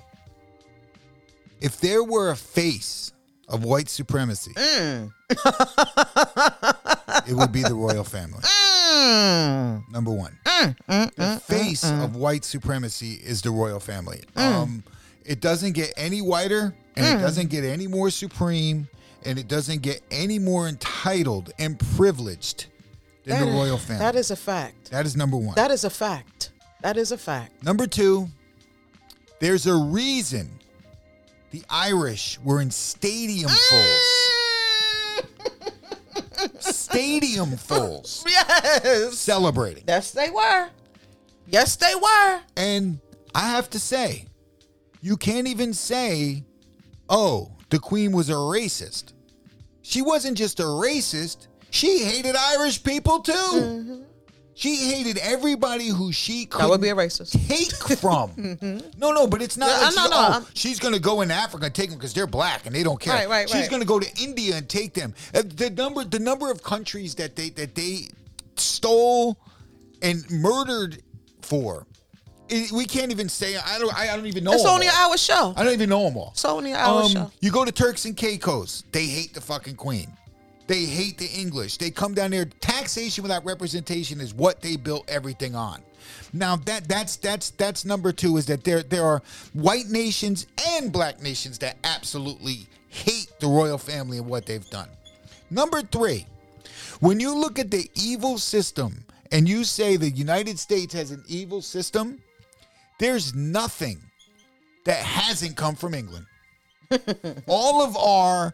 [SPEAKER 2] if there were a face of white supremacy,
[SPEAKER 1] Mm.
[SPEAKER 2] it would be the royal family.
[SPEAKER 1] Mm.
[SPEAKER 2] Number one, the face of white supremacy is the royal family.
[SPEAKER 1] Mm.
[SPEAKER 2] Um, it doesn't get any whiter, and it doesn't get any more supreme, and it doesn't get any more entitled and privileged than the
[SPEAKER 1] That-
[SPEAKER 2] royal family.
[SPEAKER 1] Mm. That is a fact.
[SPEAKER 2] that is number one.
[SPEAKER 1] That is a fact. That is a fact.
[SPEAKER 2] Number two, there's a reason the Irish were in stadium
[SPEAKER 1] Ah!
[SPEAKER 2] fulls. Stadium fulls
[SPEAKER 1] Yes.
[SPEAKER 2] celebrating.
[SPEAKER 1] Yes, they were. Yes, they were.
[SPEAKER 2] And I have to say, you can't even say, oh, the queen was a racist. She wasn't just a racist, she hated Irish people too. She hated everybody who she could
[SPEAKER 1] That would be a racist.
[SPEAKER 2] take from. No, no, but it's not
[SPEAKER 1] Mm-hmm. No,
[SPEAKER 2] like
[SPEAKER 1] no,
[SPEAKER 2] she-
[SPEAKER 1] no,
[SPEAKER 2] oh,
[SPEAKER 1] I'm-
[SPEAKER 2] she's going to go in Africa and take them because they're black and they don't care.
[SPEAKER 1] Right, right,
[SPEAKER 2] she's
[SPEAKER 1] right.
[SPEAKER 2] going to go to India and take them. Uh, The number, the number of countries that they that they stole and murdered for, it, we can't even say. I don't. I, I don't even know.
[SPEAKER 1] It's
[SPEAKER 2] them
[SPEAKER 1] only an
[SPEAKER 2] all.
[SPEAKER 1] hour show.
[SPEAKER 2] I don't even know them all.
[SPEAKER 1] It's only an hour
[SPEAKER 2] Um,
[SPEAKER 1] show.
[SPEAKER 2] You go to Turks and Caicos, they hate the fucking queen. They hate the English. They come down there. Taxation without representation is what they built everything on. Now that that's that's that's number two is that there there are white nations and black nations that absolutely hate the royal family and what they've done. Number three, when you look at the evil system and you say the United States has an evil system, there's nothing that hasn't come from England all of our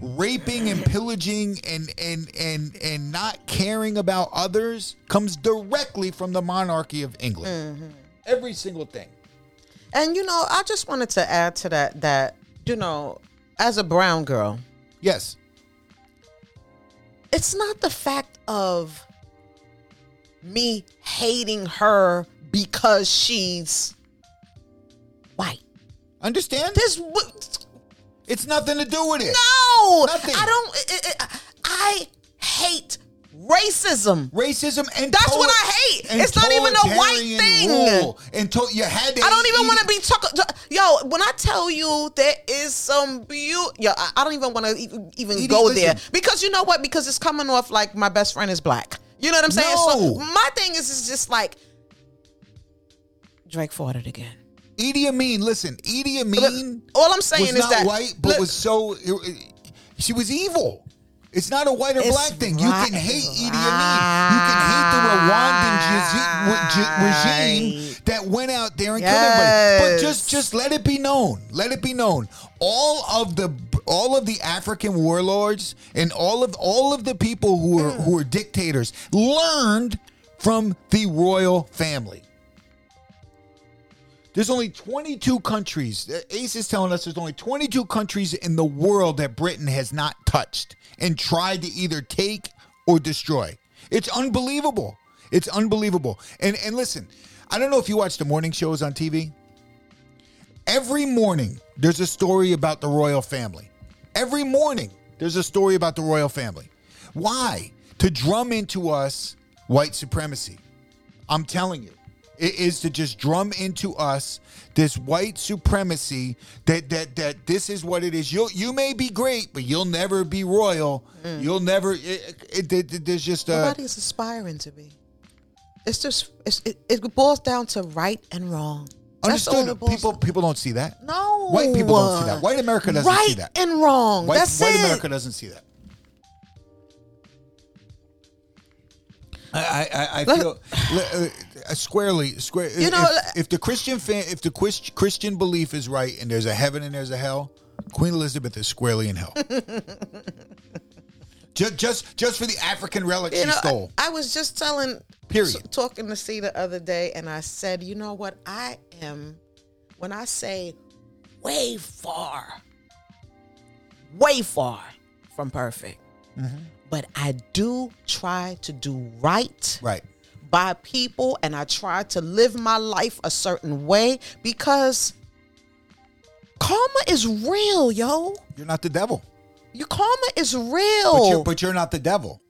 [SPEAKER 2] raping and pillaging and and and and not caring about others comes directly from the monarchy of England.
[SPEAKER 1] Mm-hmm.
[SPEAKER 2] Every single thing.
[SPEAKER 1] And you know, I just wanted to add to that that you know, as a brown girl,
[SPEAKER 2] Yes.
[SPEAKER 1] it's not the fact of me hating her because she's white.
[SPEAKER 2] Understand?
[SPEAKER 1] This w-
[SPEAKER 2] It's nothing to do with it.
[SPEAKER 1] No,
[SPEAKER 2] Nothing.
[SPEAKER 1] I don't. i i i I hate racism.
[SPEAKER 2] Racism and
[SPEAKER 1] That's what I hate.
[SPEAKER 2] and
[SPEAKER 1] It's not even a white
[SPEAKER 2] totalitarian
[SPEAKER 1] thing.
[SPEAKER 2] Rule. And to- you had to
[SPEAKER 1] I don't even
[SPEAKER 2] eat
[SPEAKER 1] want
[SPEAKER 2] it.
[SPEAKER 1] to be talking. Yo, when I tell you there is some beauty, yo, I, I don't even want to even
[SPEAKER 2] Edie,
[SPEAKER 1] go there
[SPEAKER 2] listen.
[SPEAKER 1] because you know what? Because it's coming off like my best friend is black. You know what I'm saying? So
[SPEAKER 2] No.
[SPEAKER 1] my thing is, is just like Drake fought it again.
[SPEAKER 2] Idi Amin, listen, Idi Amin.
[SPEAKER 1] All I'm saying
[SPEAKER 2] was
[SPEAKER 1] is
[SPEAKER 2] not
[SPEAKER 1] that
[SPEAKER 2] white, but
[SPEAKER 1] Look,
[SPEAKER 2] was so. it- it- she was evil. It's not a white or
[SPEAKER 1] It's
[SPEAKER 2] black thing. You
[SPEAKER 1] right-
[SPEAKER 2] can hate Idi Amin. You can hate the Rwandan jizi- wa- ji- regime
[SPEAKER 1] Right.
[SPEAKER 2] that went out there and killed everybody. But
[SPEAKER 1] Yes.
[SPEAKER 2] just, just let it be known. Let it be known. All of the, all of the African warlords and all of all of the people who were
[SPEAKER 1] Mm.
[SPEAKER 2] who were dictators learned from the royal family. There's only 22 countries. ACE is telling us there's only 22 countries in the world that Britain has not touched and tried to either take or destroy. It's unbelievable. It's unbelievable. And and listen, I don't know if you watch the morning shows on TV. Every morning there's a story about the royal family. Every morning there's a story about the royal family. Why? To drum into us white supremacy. I'm telling you. It is to just drum into us this white supremacy that that that this is what it is. You you may be great, but you'll never be royal.
[SPEAKER 1] Mm.
[SPEAKER 2] You'll never. It, it, it- there's just a
[SPEAKER 1] nobody's aspiring to be. It's just it's, it, it boils down to right and wrong. That's all
[SPEAKER 2] understood.
[SPEAKER 1] it boils
[SPEAKER 2] People people don't see that.
[SPEAKER 1] No.
[SPEAKER 2] White people don't see that. White America doesn't
[SPEAKER 1] right
[SPEAKER 2] see that.
[SPEAKER 1] and wrong.
[SPEAKER 2] White,
[SPEAKER 1] That's
[SPEAKER 2] white
[SPEAKER 1] it.
[SPEAKER 2] America doesn't see that. I I- I, I
[SPEAKER 1] Let-
[SPEAKER 2] feel le- uh, squarely square.
[SPEAKER 1] You
[SPEAKER 2] if,
[SPEAKER 1] know,
[SPEAKER 2] if the Christian fan, if the Chris- Christian belief is right, and there's a heaven and there's a hell, Queen Elizabeth is squarely in hell. just, just, just for the African relic
[SPEAKER 1] You
[SPEAKER 2] she
[SPEAKER 1] know,
[SPEAKER 2] stole.
[SPEAKER 1] I, I was just telling,
[SPEAKER 2] Period.
[SPEAKER 1] s- talking to C the other day, and I said, you know what? I am, when I say way far, way far from perfect,
[SPEAKER 2] Mm-hmm.
[SPEAKER 1] but I do try to do right.
[SPEAKER 2] right.
[SPEAKER 1] by people and I try to live my life a certain way because karma is real, yo.
[SPEAKER 2] You're not the devil,
[SPEAKER 1] Your karma is
[SPEAKER 2] but you're,
[SPEAKER 1] real.
[SPEAKER 2] but you're not the devil.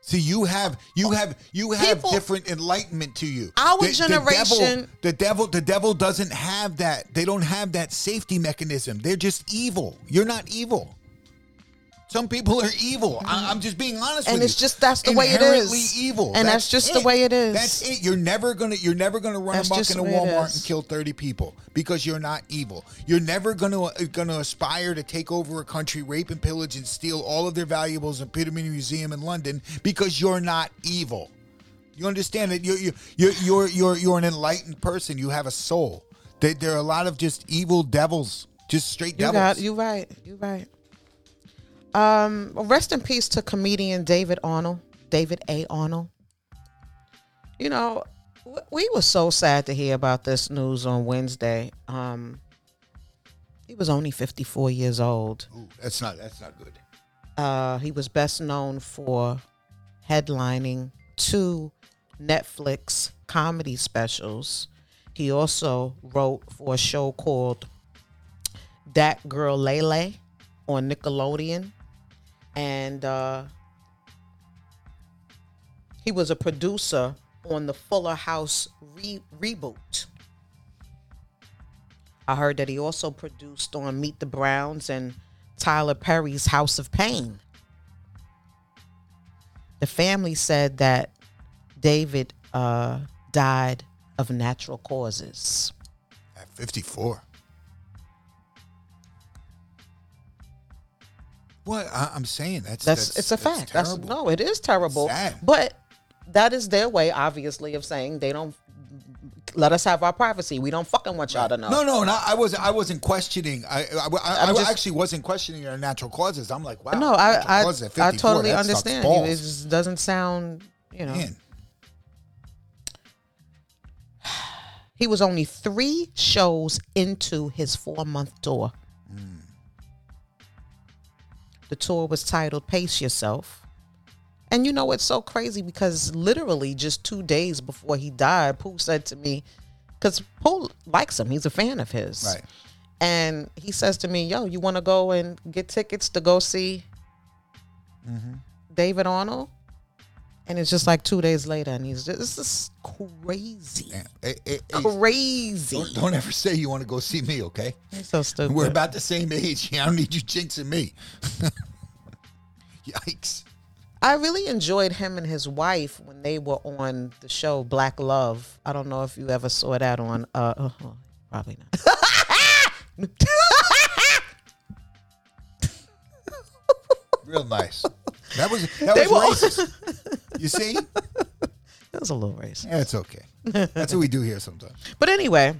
[SPEAKER 2] See, you have you have you have
[SPEAKER 1] People-
[SPEAKER 2] different enlightenment to you.
[SPEAKER 1] Our
[SPEAKER 2] devil,
[SPEAKER 1] generation-
[SPEAKER 2] the devil, the devil doesn't have that. They don't have that safety mechanism. They're just evil. You're not evil. Some people are evil. I, I'm just being honest
[SPEAKER 1] And
[SPEAKER 2] with you.
[SPEAKER 1] it's just- that's the way it is.
[SPEAKER 2] Inherently evil,
[SPEAKER 1] And that's just the way it is.
[SPEAKER 2] That's it. You're never gonna you're never gonna run
[SPEAKER 1] That's
[SPEAKER 2] amok
[SPEAKER 1] just
[SPEAKER 2] in a
[SPEAKER 1] the way it
[SPEAKER 2] Walmart
[SPEAKER 1] is.
[SPEAKER 2] and kill 30 people because you're not evil. You're never gonna uh, gonna aspire to take over a country, rape and pillage, and steal all of their valuables in Peterman Museum in London because you're not evil. You understand that you're you you're you're you're, you're an enlightened person. You have a soul. They, there are a lot of just evil devils, just straight
[SPEAKER 1] You
[SPEAKER 2] devils.
[SPEAKER 1] got you right. You right. Um, rest in peace to comedian David Arnold, David A. Arnold. You know, w- we were so sad to hear about this news on Wednesday. Um, he was only 54 years old.
[SPEAKER 2] Ooh, that's not that's not good.
[SPEAKER 1] Uh, he was best known for headlining two Netflix comedy specials. He also wrote for a show called That Girl Lele on Nickelodeon. And uh, he was a producer on the Fuller House re- reboot. I heard that he also produced on Meet the Browns and Tyler Perry's House of Pain. The family said that David uh, died of natural causes.
[SPEAKER 2] At 54. What I, I'm saying that's
[SPEAKER 1] That's, it's a fact. That's,
[SPEAKER 2] terrible.
[SPEAKER 1] no, it is terrible.
[SPEAKER 2] Sad.
[SPEAKER 1] But that is their way, obviously, of saying they don't let us have our privacy. We don't fucking want y'all to know.
[SPEAKER 2] No, no, no. I wasn't. I wasn't questioning. I, I, I, I
[SPEAKER 1] I'm just-
[SPEAKER 2] actually wasn't questioning your natural causes. I'm like, wow.
[SPEAKER 1] No,
[SPEAKER 2] natural
[SPEAKER 1] I I,
[SPEAKER 2] causes at
[SPEAKER 1] I
[SPEAKER 2] 54,
[SPEAKER 1] totally
[SPEAKER 2] that sucks
[SPEAKER 1] understand. You.
[SPEAKER 2] balls.
[SPEAKER 1] It just doesn't sound, you know.
[SPEAKER 2] Man,
[SPEAKER 1] He was only three shows into his four month tour. The tour was titled Pace Yourself. And you know, it's so crazy because literally just two days before he died, Pooh said to me, because Pooh likes him, he's a fan of his.
[SPEAKER 2] right.
[SPEAKER 1] And he says to me, Yo, you want to go and get tickets to go see David Arnold? And it's just like two days later, and he's just, this is crazy.
[SPEAKER 2] Man, eh, eh, eh,
[SPEAKER 1] Crazy.
[SPEAKER 2] don't, don't ever say you want to go see me, okay?
[SPEAKER 1] You're so stupid.
[SPEAKER 2] We're about the same age. I don't need you jinxing me. Yikes.
[SPEAKER 1] I really enjoyed him and his wife when they were on the show Black Love. I don't know if you ever saw that on. Uh, uh, oh, probably not.
[SPEAKER 2] Real nice. That was that
[SPEAKER 1] They
[SPEAKER 2] was racist. You see?
[SPEAKER 1] That was a little racist.
[SPEAKER 2] That's okay. That's what we do here sometimes.
[SPEAKER 1] But anyway,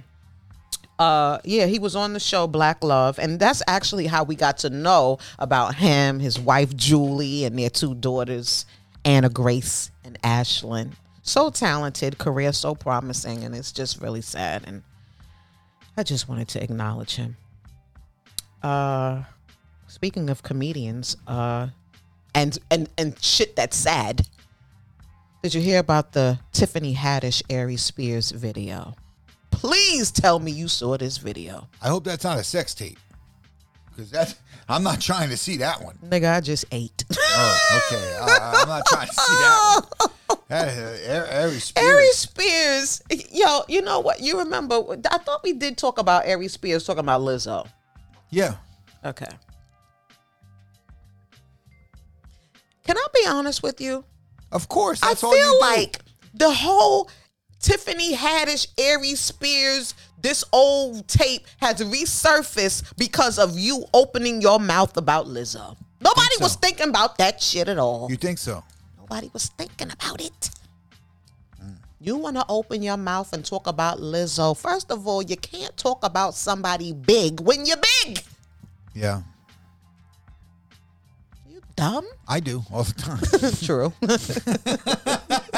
[SPEAKER 1] uh, yeah, he was on the show Black Love, and that's actually how we got to know about him, his wife Julie, and their two daughters, Anna Grace and Ashlyn. So talented, career so promising, and it's just really sad. And I just wanted to acknowledge him. Uh, speaking of comedians, uh, and and and shit that's sad. Did you hear about the Tiffany Haddish Ari Spears video? Please tell me you saw this video.
[SPEAKER 2] I hope that's not a sex tape. Because that's I'm not trying to see that one.
[SPEAKER 1] Nigga, I just ate.
[SPEAKER 2] Oh, okay. I, I'm not trying to see that one. That is, uh, Ari Spears.
[SPEAKER 1] Ari Spears, yo, you know what? You remember, I thought we did talk about Ari Spears talking about Lizzo.
[SPEAKER 2] Yeah.
[SPEAKER 1] Okay. Can I be honest with you?
[SPEAKER 2] Of course.
[SPEAKER 1] I
[SPEAKER 2] That's all
[SPEAKER 1] feel
[SPEAKER 2] you do.
[SPEAKER 1] like the whole Tiffany Haddish, Ari Spears, this old tape has resurfaced because of you opening your mouth about Lizzo. Nobody
[SPEAKER 2] so.
[SPEAKER 1] was thinking about that shit at all.
[SPEAKER 2] You think so?
[SPEAKER 1] Nobody was thinking about it. Mm. You want to open your mouth and talk about Lizzo. First of all, you can't talk about somebody big when you're big.
[SPEAKER 2] Yeah.
[SPEAKER 1] You dumb.
[SPEAKER 2] I do all the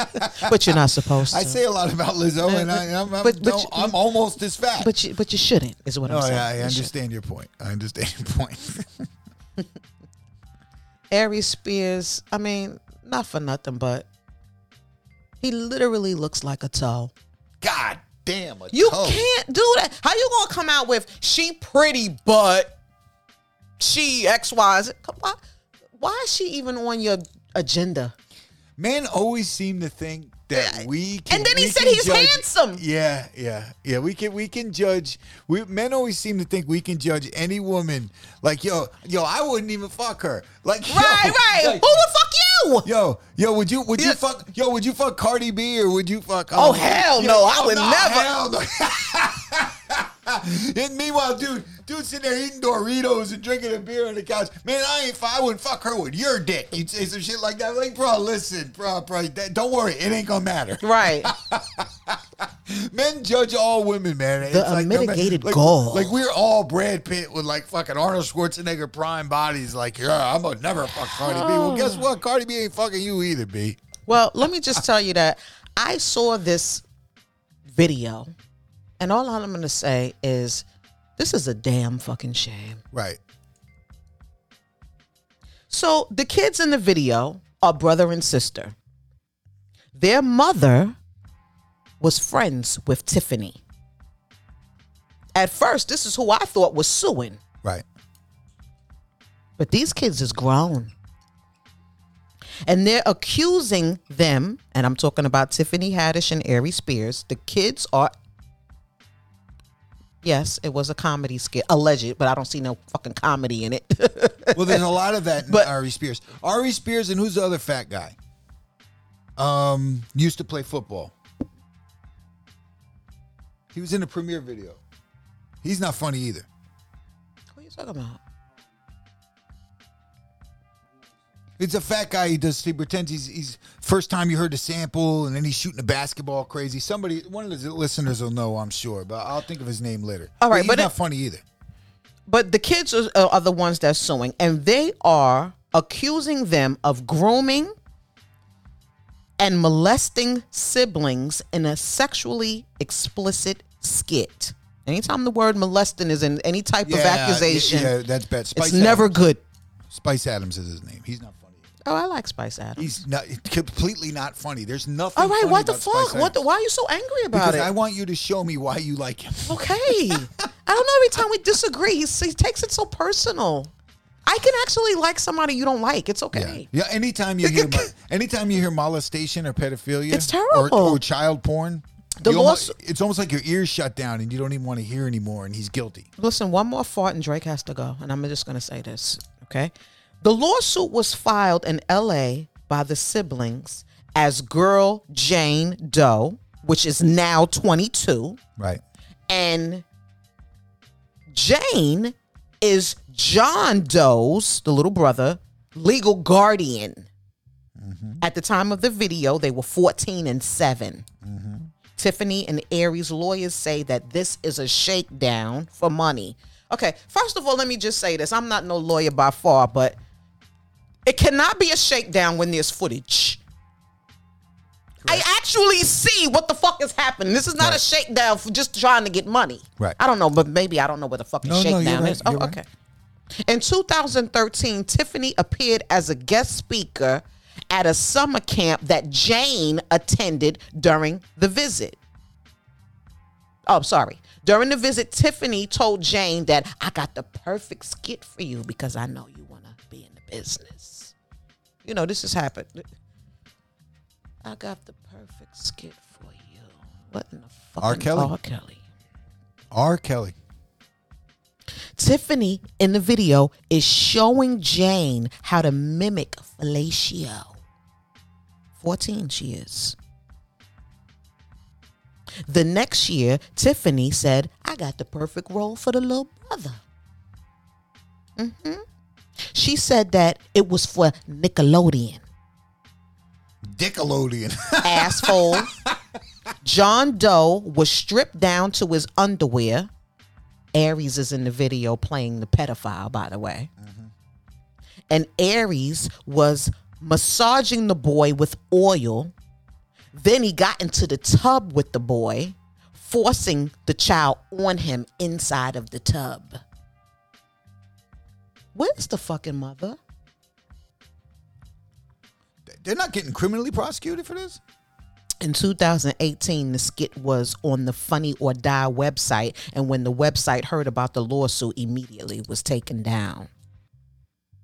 [SPEAKER 2] time.
[SPEAKER 1] True. but you're not supposed to.
[SPEAKER 2] I say a lot about Lizzo, and I, I'm, I'm,
[SPEAKER 1] But- but
[SPEAKER 2] no,
[SPEAKER 1] you-
[SPEAKER 2] I'm almost as fat.
[SPEAKER 1] but you, but you shouldn't, is what I'm
[SPEAKER 2] no,
[SPEAKER 1] saying.
[SPEAKER 2] yeah, I
[SPEAKER 1] You shouldn't.
[SPEAKER 2] understand your point. I understand your point.
[SPEAKER 1] Ari Spears, I mean, not for nothing, but he literally looks like a toe.
[SPEAKER 2] God damn. A
[SPEAKER 1] You
[SPEAKER 2] toe.
[SPEAKER 1] can't do that. How you gonna come out with she pretty but she X Y Z? Why, why is she even on your agenda?
[SPEAKER 2] Men always seem to think that we can.
[SPEAKER 1] And then he
[SPEAKER 2] we
[SPEAKER 1] said
[SPEAKER 2] can
[SPEAKER 1] he's
[SPEAKER 2] judge-
[SPEAKER 1] handsome.
[SPEAKER 2] Yeah, yeah, yeah. We can we can judge. We men always seem to think we can judge any woman. Like yo, yo, I wouldn't even fuck her. Like yo,
[SPEAKER 1] Right, right.
[SPEAKER 2] like,
[SPEAKER 1] Who would fuck you?
[SPEAKER 2] Yo, yo, would you would you
[SPEAKER 1] Yeah.
[SPEAKER 2] fuck yo would you fuck Cardi B or would you fuck?
[SPEAKER 1] Oh,
[SPEAKER 2] um,
[SPEAKER 1] hell
[SPEAKER 2] yo,
[SPEAKER 1] no, I
[SPEAKER 2] oh,
[SPEAKER 1] would
[SPEAKER 2] no,
[SPEAKER 1] never.
[SPEAKER 2] hell no. and meanwhile, dude, dude, sitting there eating Doritos and drinking a beer on the couch. Man, I ain't. fu- I wouldn't fuck her with your dick. You'd say some shit like that. Like, bro, listen, bro, bro. That, don't worry, it ain't gonna matter.
[SPEAKER 1] Right.
[SPEAKER 2] Men judge all women, man. It's like no
[SPEAKER 1] unmitigated
[SPEAKER 2] like,
[SPEAKER 1] gall.
[SPEAKER 2] Like we're all Brad Pitt with like fucking Arnold Schwarzenegger prime bodies. Like, yeah, I'm gonna never fuck Cardi B. Well, guess what? Cardi B ain't fucking you either, B.
[SPEAKER 1] Well, let me just tell you that I saw this video, and all I'm going to say is this is a damn fucking shame.
[SPEAKER 2] Right.
[SPEAKER 1] So the kids in the video are brother and sister. Their mother was friends with Tiffany. At first, this is who I thought was suing,
[SPEAKER 2] Right.
[SPEAKER 1] but these kids is grown. And they're accusing them, and I'm talking about Tiffany Haddish and Ari Spears. The kids are Yes, it was a comedy skit, alleged, but I don't see no fucking comedy in it.
[SPEAKER 2] Well, there's a lot of that in
[SPEAKER 1] But-
[SPEAKER 2] Ari Spears. Ari Spears and who's the other fat guy? Um, used to play football. He was in the premiere video. He's not funny either.
[SPEAKER 1] What are you talking about?
[SPEAKER 2] It's a fat guy. He does. He pretends he's he's first time you heard the sample, and then he's shooting a basketball crazy. Somebody, one of the listeners will know, I'm sure, but I'll think of his name later.
[SPEAKER 1] All right,
[SPEAKER 2] he's
[SPEAKER 1] but
[SPEAKER 2] not
[SPEAKER 1] it-
[SPEAKER 2] funny either.
[SPEAKER 1] But the kids are, uh, are the ones that's suing, and they are accusing them of grooming and molesting siblings in a sexually explicit skit. Anytime the word molesting is in any type of accusation,
[SPEAKER 2] Yeah, that's bad. Spice
[SPEAKER 1] it's never
[SPEAKER 2] Adams.
[SPEAKER 1] good.
[SPEAKER 2] Spice Adams is his name. He's not funny.
[SPEAKER 1] Oh, I like Spice Adams.
[SPEAKER 2] He's not completely not funny. There's nothing.
[SPEAKER 1] All right,
[SPEAKER 2] funny
[SPEAKER 1] what the
[SPEAKER 2] about Spice
[SPEAKER 1] fuck? What? The,
[SPEAKER 2] Adams.
[SPEAKER 1] why are you so angry about
[SPEAKER 2] Because I
[SPEAKER 1] it?
[SPEAKER 2] want you to show me why you like him.
[SPEAKER 1] okay, I don't know. Every time we disagree, he, he takes it so personal. I can actually like somebody you don't like. It's okay.
[SPEAKER 2] Yeah. Anytime you hear, mo- anytime you hear molestation or pedophilia,
[SPEAKER 1] It's
[SPEAKER 2] or,
[SPEAKER 1] terrible.
[SPEAKER 2] or child porn.
[SPEAKER 1] The
[SPEAKER 2] you almost-
[SPEAKER 1] laws-
[SPEAKER 2] it's almost like your ears shut down and you don't even want to hear anymore, and he's guilty.
[SPEAKER 1] Listen, one more fart and Drake has to go. And I'm just going to say this, okay? The lawsuit was filed in LA by the siblings as girl Jane Doe, which is now 22,
[SPEAKER 2] Right.
[SPEAKER 1] and Jane is John Doe's, the little brother, legal guardian. Mm-hmm. At the time of the video, they were 14 and 7.
[SPEAKER 2] Mm-hmm.
[SPEAKER 1] Tiffany and Aries lawyers say that this is a shakedown for money. Okay, first of all, let me just say this. I'm not no lawyer by far, but it cannot be a shakedown when there's footage. I actually see what the fuck is happening. This is not a
[SPEAKER 2] Right.
[SPEAKER 1] shakedown for just trying to get money.
[SPEAKER 2] Right.
[SPEAKER 1] I don't know, but maybe I don't know where the fucking
[SPEAKER 2] No, no,
[SPEAKER 1] shakedown
[SPEAKER 2] you're right,
[SPEAKER 1] is. Oh,
[SPEAKER 2] you're right.
[SPEAKER 1] okay. In 2013, Tiffany appeared as a guest speaker at a summer camp that Jane attended during the visit. Oh, sorry. During the visit, Tiffany told Jane that I got the perfect skit for you because I know you want to be in the business. You know, this has happened. I got the perfect skit for you. What in the fuck?
[SPEAKER 2] R. Kelly?
[SPEAKER 1] R. Kelly.
[SPEAKER 2] R. Kelly.
[SPEAKER 1] Tiffany in the video is showing Jane how to mimic fellatio. 14 she is. The next year, Tiffany said, I got the perfect role for the little brother. Mhm. She said that it was for Nickelodeon.
[SPEAKER 2] Dickelodeon.
[SPEAKER 1] asshole. John Doe was stripped down to his underwear. Aries is in the video playing the pedophile, by the way. And Aries was massaging the boy with oil. Then he got into the tub with the boy, forcing the child on him inside of the tub. Where's the fucking mother?
[SPEAKER 2] They're not getting criminally prosecuted for this?
[SPEAKER 1] In 2018, the skit was on the Funny or Die website, and when the website heard about the lawsuit, immediately was taken down.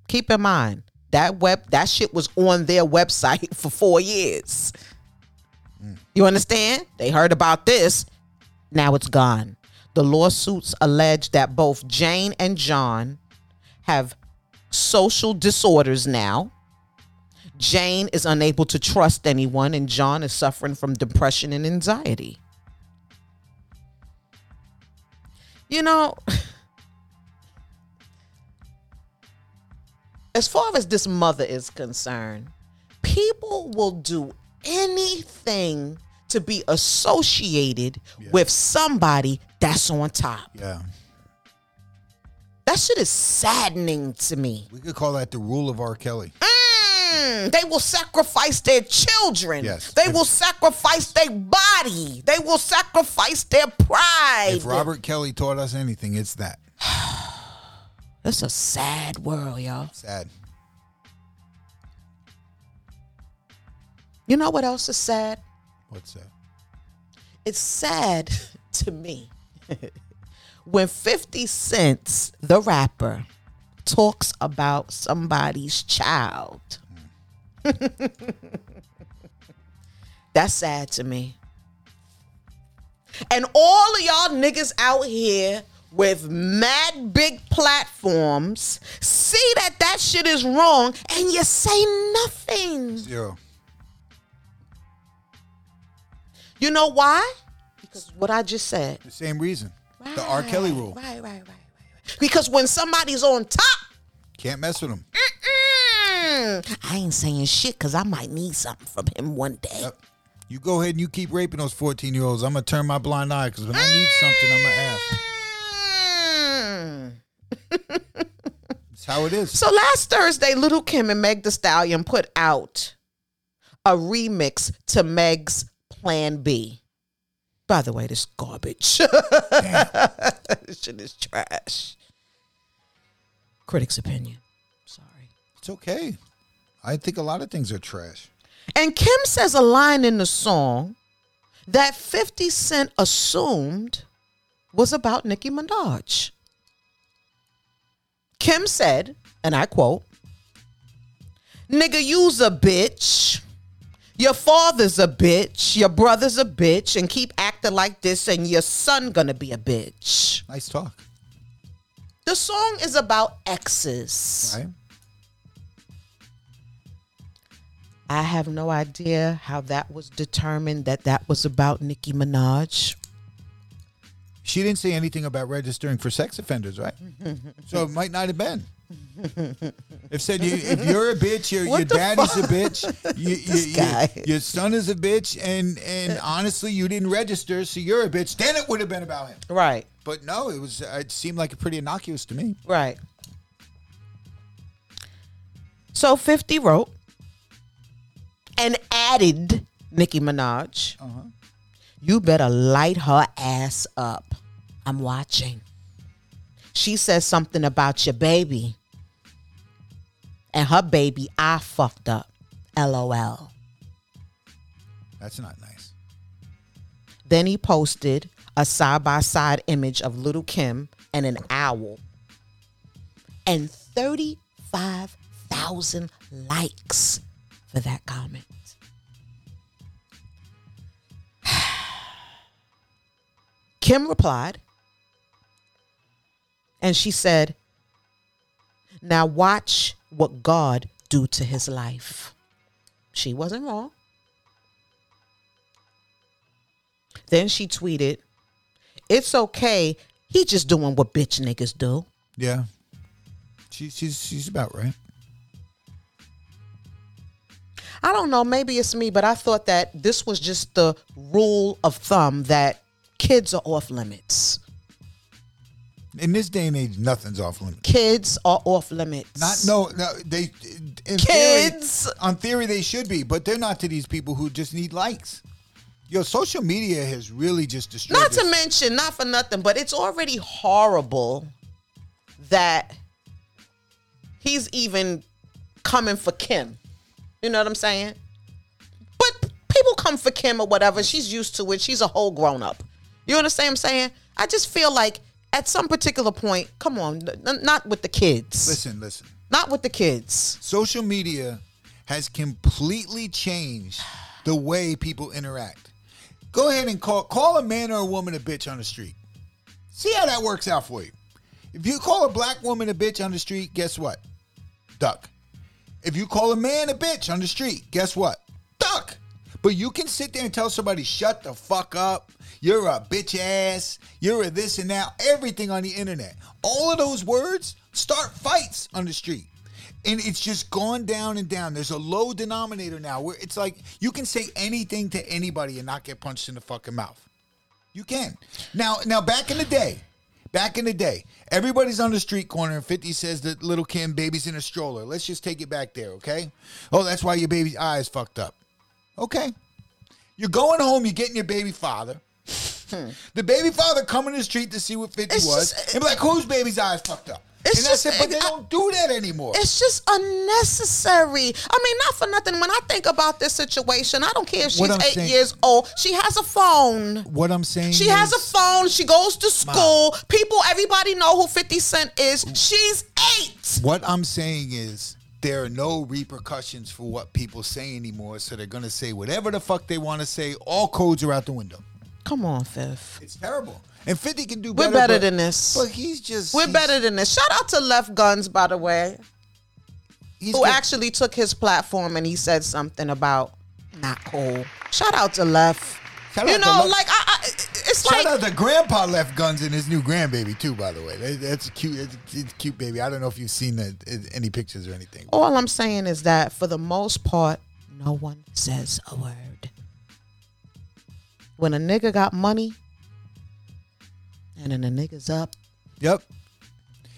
[SPEAKER 1] Keep in mind that web that shit was on their website for four years. You understand? They heard about this. Now it's gone. The lawsuits allege that both Jane and John have social disorders now. Jane is unable to trust anyone, and John is suffering from depression and anxiety. You know, as far as this mother is concerned, people will do anything to be associated with somebody that's on top.
[SPEAKER 2] Yeah.
[SPEAKER 1] That shit is saddening to me.
[SPEAKER 2] We could call that the rule of R. Kelly.
[SPEAKER 1] Mm, they will sacrifice their children.
[SPEAKER 2] Yes.
[SPEAKER 1] They will sacrifice their body. They will sacrifice their pride.
[SPEAKER 2] If Robert Kelly taught us anything, it's that.
[SPEAKER 1] That's a sad world, y'all.
[SPEAKER 2] Sad.
[SPEAKER 1] You know what else is sad?
[SPEAKER 2] What's that?
[SPEAKER 1] It's sad to me when 50 Cent, the rapper, talks about somebody's child. That's sad to me. And all of y'all niggas out here with mad big platforms see that that shit is wrong and you say nothing.
[SPEAKER 2] Zero.
[SPEAKER 1] You know why? Because what I just said.
[SPEAKER 2] The same reason. The R. Kelly rule.
[SPEAKER 1] Ah, Right, right, right, right. right. Because when somebody's on top,
[SPEAKER 2] Can't mess with him.
[SPEAKER 1] mm, I ain't saying shit because I might need something from him one day.
[SPEAKER 2] Yep. You go ahead and you keep raping those 14 year olds. I'm going to turn my blind eye because when I need something, I'm going to ask.
[SPEAKER 1] Mm.
[SPEAKER 2] It's how it is.
[SPEAKER 1] So last Thursday, Little Kim and Meg The Stallion put out a remix to Meg's Plan B. By the way, this garbage. this shit is trash. Critics' opinion. Sorry.
[SPEAKER 2] It's okay. I think a lot of things are trash.
[SPEAKER 1] And Kim says a line in the song that 50 Cent assumed was about Nicki Minaj. Kim said, and I quote, Nigga, you's a bitch. Your father's a bitch. Your brother's a bitch. And keep acting like this, and your son gonna be a bitch.
[SPEAKER 2] Nice talk.
[SPEAKER 1] The song is about exes.
[SPEAKER 2] Right?
[SPEAKER 1] I have no idea how that was determined that that was about Nicki Minaj.
[SPEAKER 2] She didn't say anything about registering for sex offenders, right? so it might not have been. If said you, if you're a bitch, your
[SPEAKER 1] What
[SPEAKER 2] your
[SPEAKER 1] the
[SPEAKER 2] daddy's a bitch, you, you,
[SPEAKER 1] This
[SPEAKER 2] you-
[SPEAKER 1] guy.
[SPEAKER 2] your son is a bitch, and and honestly, you didn't register, so you're a bitch. Then it would have been about him.
[SPEAKER 1] Right,
[SPEAKER 2] But no, it was. It seemed like pretty innocuous to me.
[SPEAKER 1] right. So 50 wrote and added Nicki Minaj.
[SPEAKER 2] Uh-huh.
[SPEAKER 1] You better light her ass up. I'm watching. She says something about your baby. And her baby, I fucked up. LOL.
[SPEAKER 2] That's not nice.
[SPEAKER 1] Then he posted a side by side image of Little Kim and an owl. And 35,000 likes for that comment. Kim replied, and she said, Now watch what God do to his life. She wasn't wrong. Then she tweeted, "It's okay. He just doing what bitch niggas do."
[SPEAKER 2] Yeah, she, she's she's about right.
[SPEAKER 1] I don't know, maybe it's me, but I thought that this was just the rule of thumb that kids are off limits.
[SPEAKER 2] In this day and age, nothing's off limits.
[SPEAKER 1] Kids are off limits.
[SPEAKER 2] Not no no they in
[SPEAKER 1] Kids.
[SPEAKER 2] Theory, on theory they should be, but they're not to these people who just need likes. Yo, social media has really just destroyed.
[SPEAKER 1] Not to
[SPEAKER 2] us.
[SPEAKER 1] mention, not for nothing, but it's already horrible that he's even coming for Kim. You know what I'm saying? But people come for Kim or whatever. She's used to it. She's a whole grown up. You understand what I'm saying? I just feel like at some particular point, come on, n- n- not with the kids.
[SPEAKER 2] listen, listen.
[SPEAKER 1] Not with the kids.
[SPEAKER 2] Social media has completely changed the way people interact. Go ahead and call call a man or a woman a bitch on the street. See how that works out for you. If you call a black woman a bitch on the street, guess what? Duck. If you call a man a bitch on the street, guess what? Duck. But you can sit there and tell somebody, shut the fuck up. You're a bitch ass. You're a this and that. Everything on the internet. All of those words start fights on the street. And it's just gone down and down. There's a low denominator now where it's like you can say anything to anybody and not get punched in the fucking mouth. You can. Now, now back in the day, back in the day, everybody's on the street corner and 50 says that little Kim baby's in a stroller. Let's just take it back there, okay? Oh, that's why your baby's eyes fucked up. Okay. You're going home, you're getting your baby father. The baby father coming in the street to see what 50
[SPEAKER 1] Hmm. It's
[SPEAKER 2] was
[SPEAKER 1] just-
[SPEAKER 2] and be like, whose baby's eyes fucked up?
[SPEAKER 1] It's
[SPEAKER 2] and I
[SPEAKER 1] just-
[SPEAKER 2] said, but they
[SPEAKER 1] I-
[SPEAKER 2] don't do that anymore.
[SPEAKER 1] It's just unnecessary. I mean, not for nothing. When I think about this situation, I don't care if she's
[SPEAKER 2] What I'm
[SPEAKER 1] eight
[SPEAKER 2] saying-
[SPEAKER 1] years old. She has a phone.
[SPEAKER 2] What I'm saying
[SPEAKER 1] She has a
[SPEAKER 2] is-
[SPEAKER 1] phone. She goes to school. People, everybody know who 50 Cent is. She's eight.
[SPEAKER 2] What I'm saying is there are no repercussions for what people say anymore, so they're gonna say whatever the fuck they want to say. All codes are out the window.
[SPEAKER 1] Come on, Fifth.
[SPEAKER 2] It's terrible. And 50 can do
[SPEAKER 1] We're
[SPEAKER 2] better.
[SPEAKER 1] better
[SPEAKER 2] but-
[SPEAKER 1] than this.
[SPEAKER 2] But he's just
[SPEAKER 1] We're
[SPEAKER 2] he's-
[SPEAKER 1] better than this. Shout out to Left Guns, by the way,
[SPEAKER 2] He's
[SPEAKER 1] who
[SPEAKER 2] got-
[SPEAKER 1] actually took his platform and he said something about not cool. Shout out to Left.
[SPEAKER 2] Shout
[SPEAKER 1] you
[SPEAKER 2] out to
[SPEAKER 1] know,
[SPEAKER 2] Left.
[SPEAKER 1] like I, I, it's
[SPEAKER 2] Shout
[SPEAKER 1] like
[SPEAKER 2] out to Grandpa Left Guns and his new grandbaby too. By the way, That- that's a cute. It's, it's a cute baby. I don't know if you've seen that, uh, any pictures or anything.
[SPEAKER 1] all I'm saying is that for the most part, no one says a word. When a nigga got money, and then the nigga's up.
[SPEAKER 2] Yep.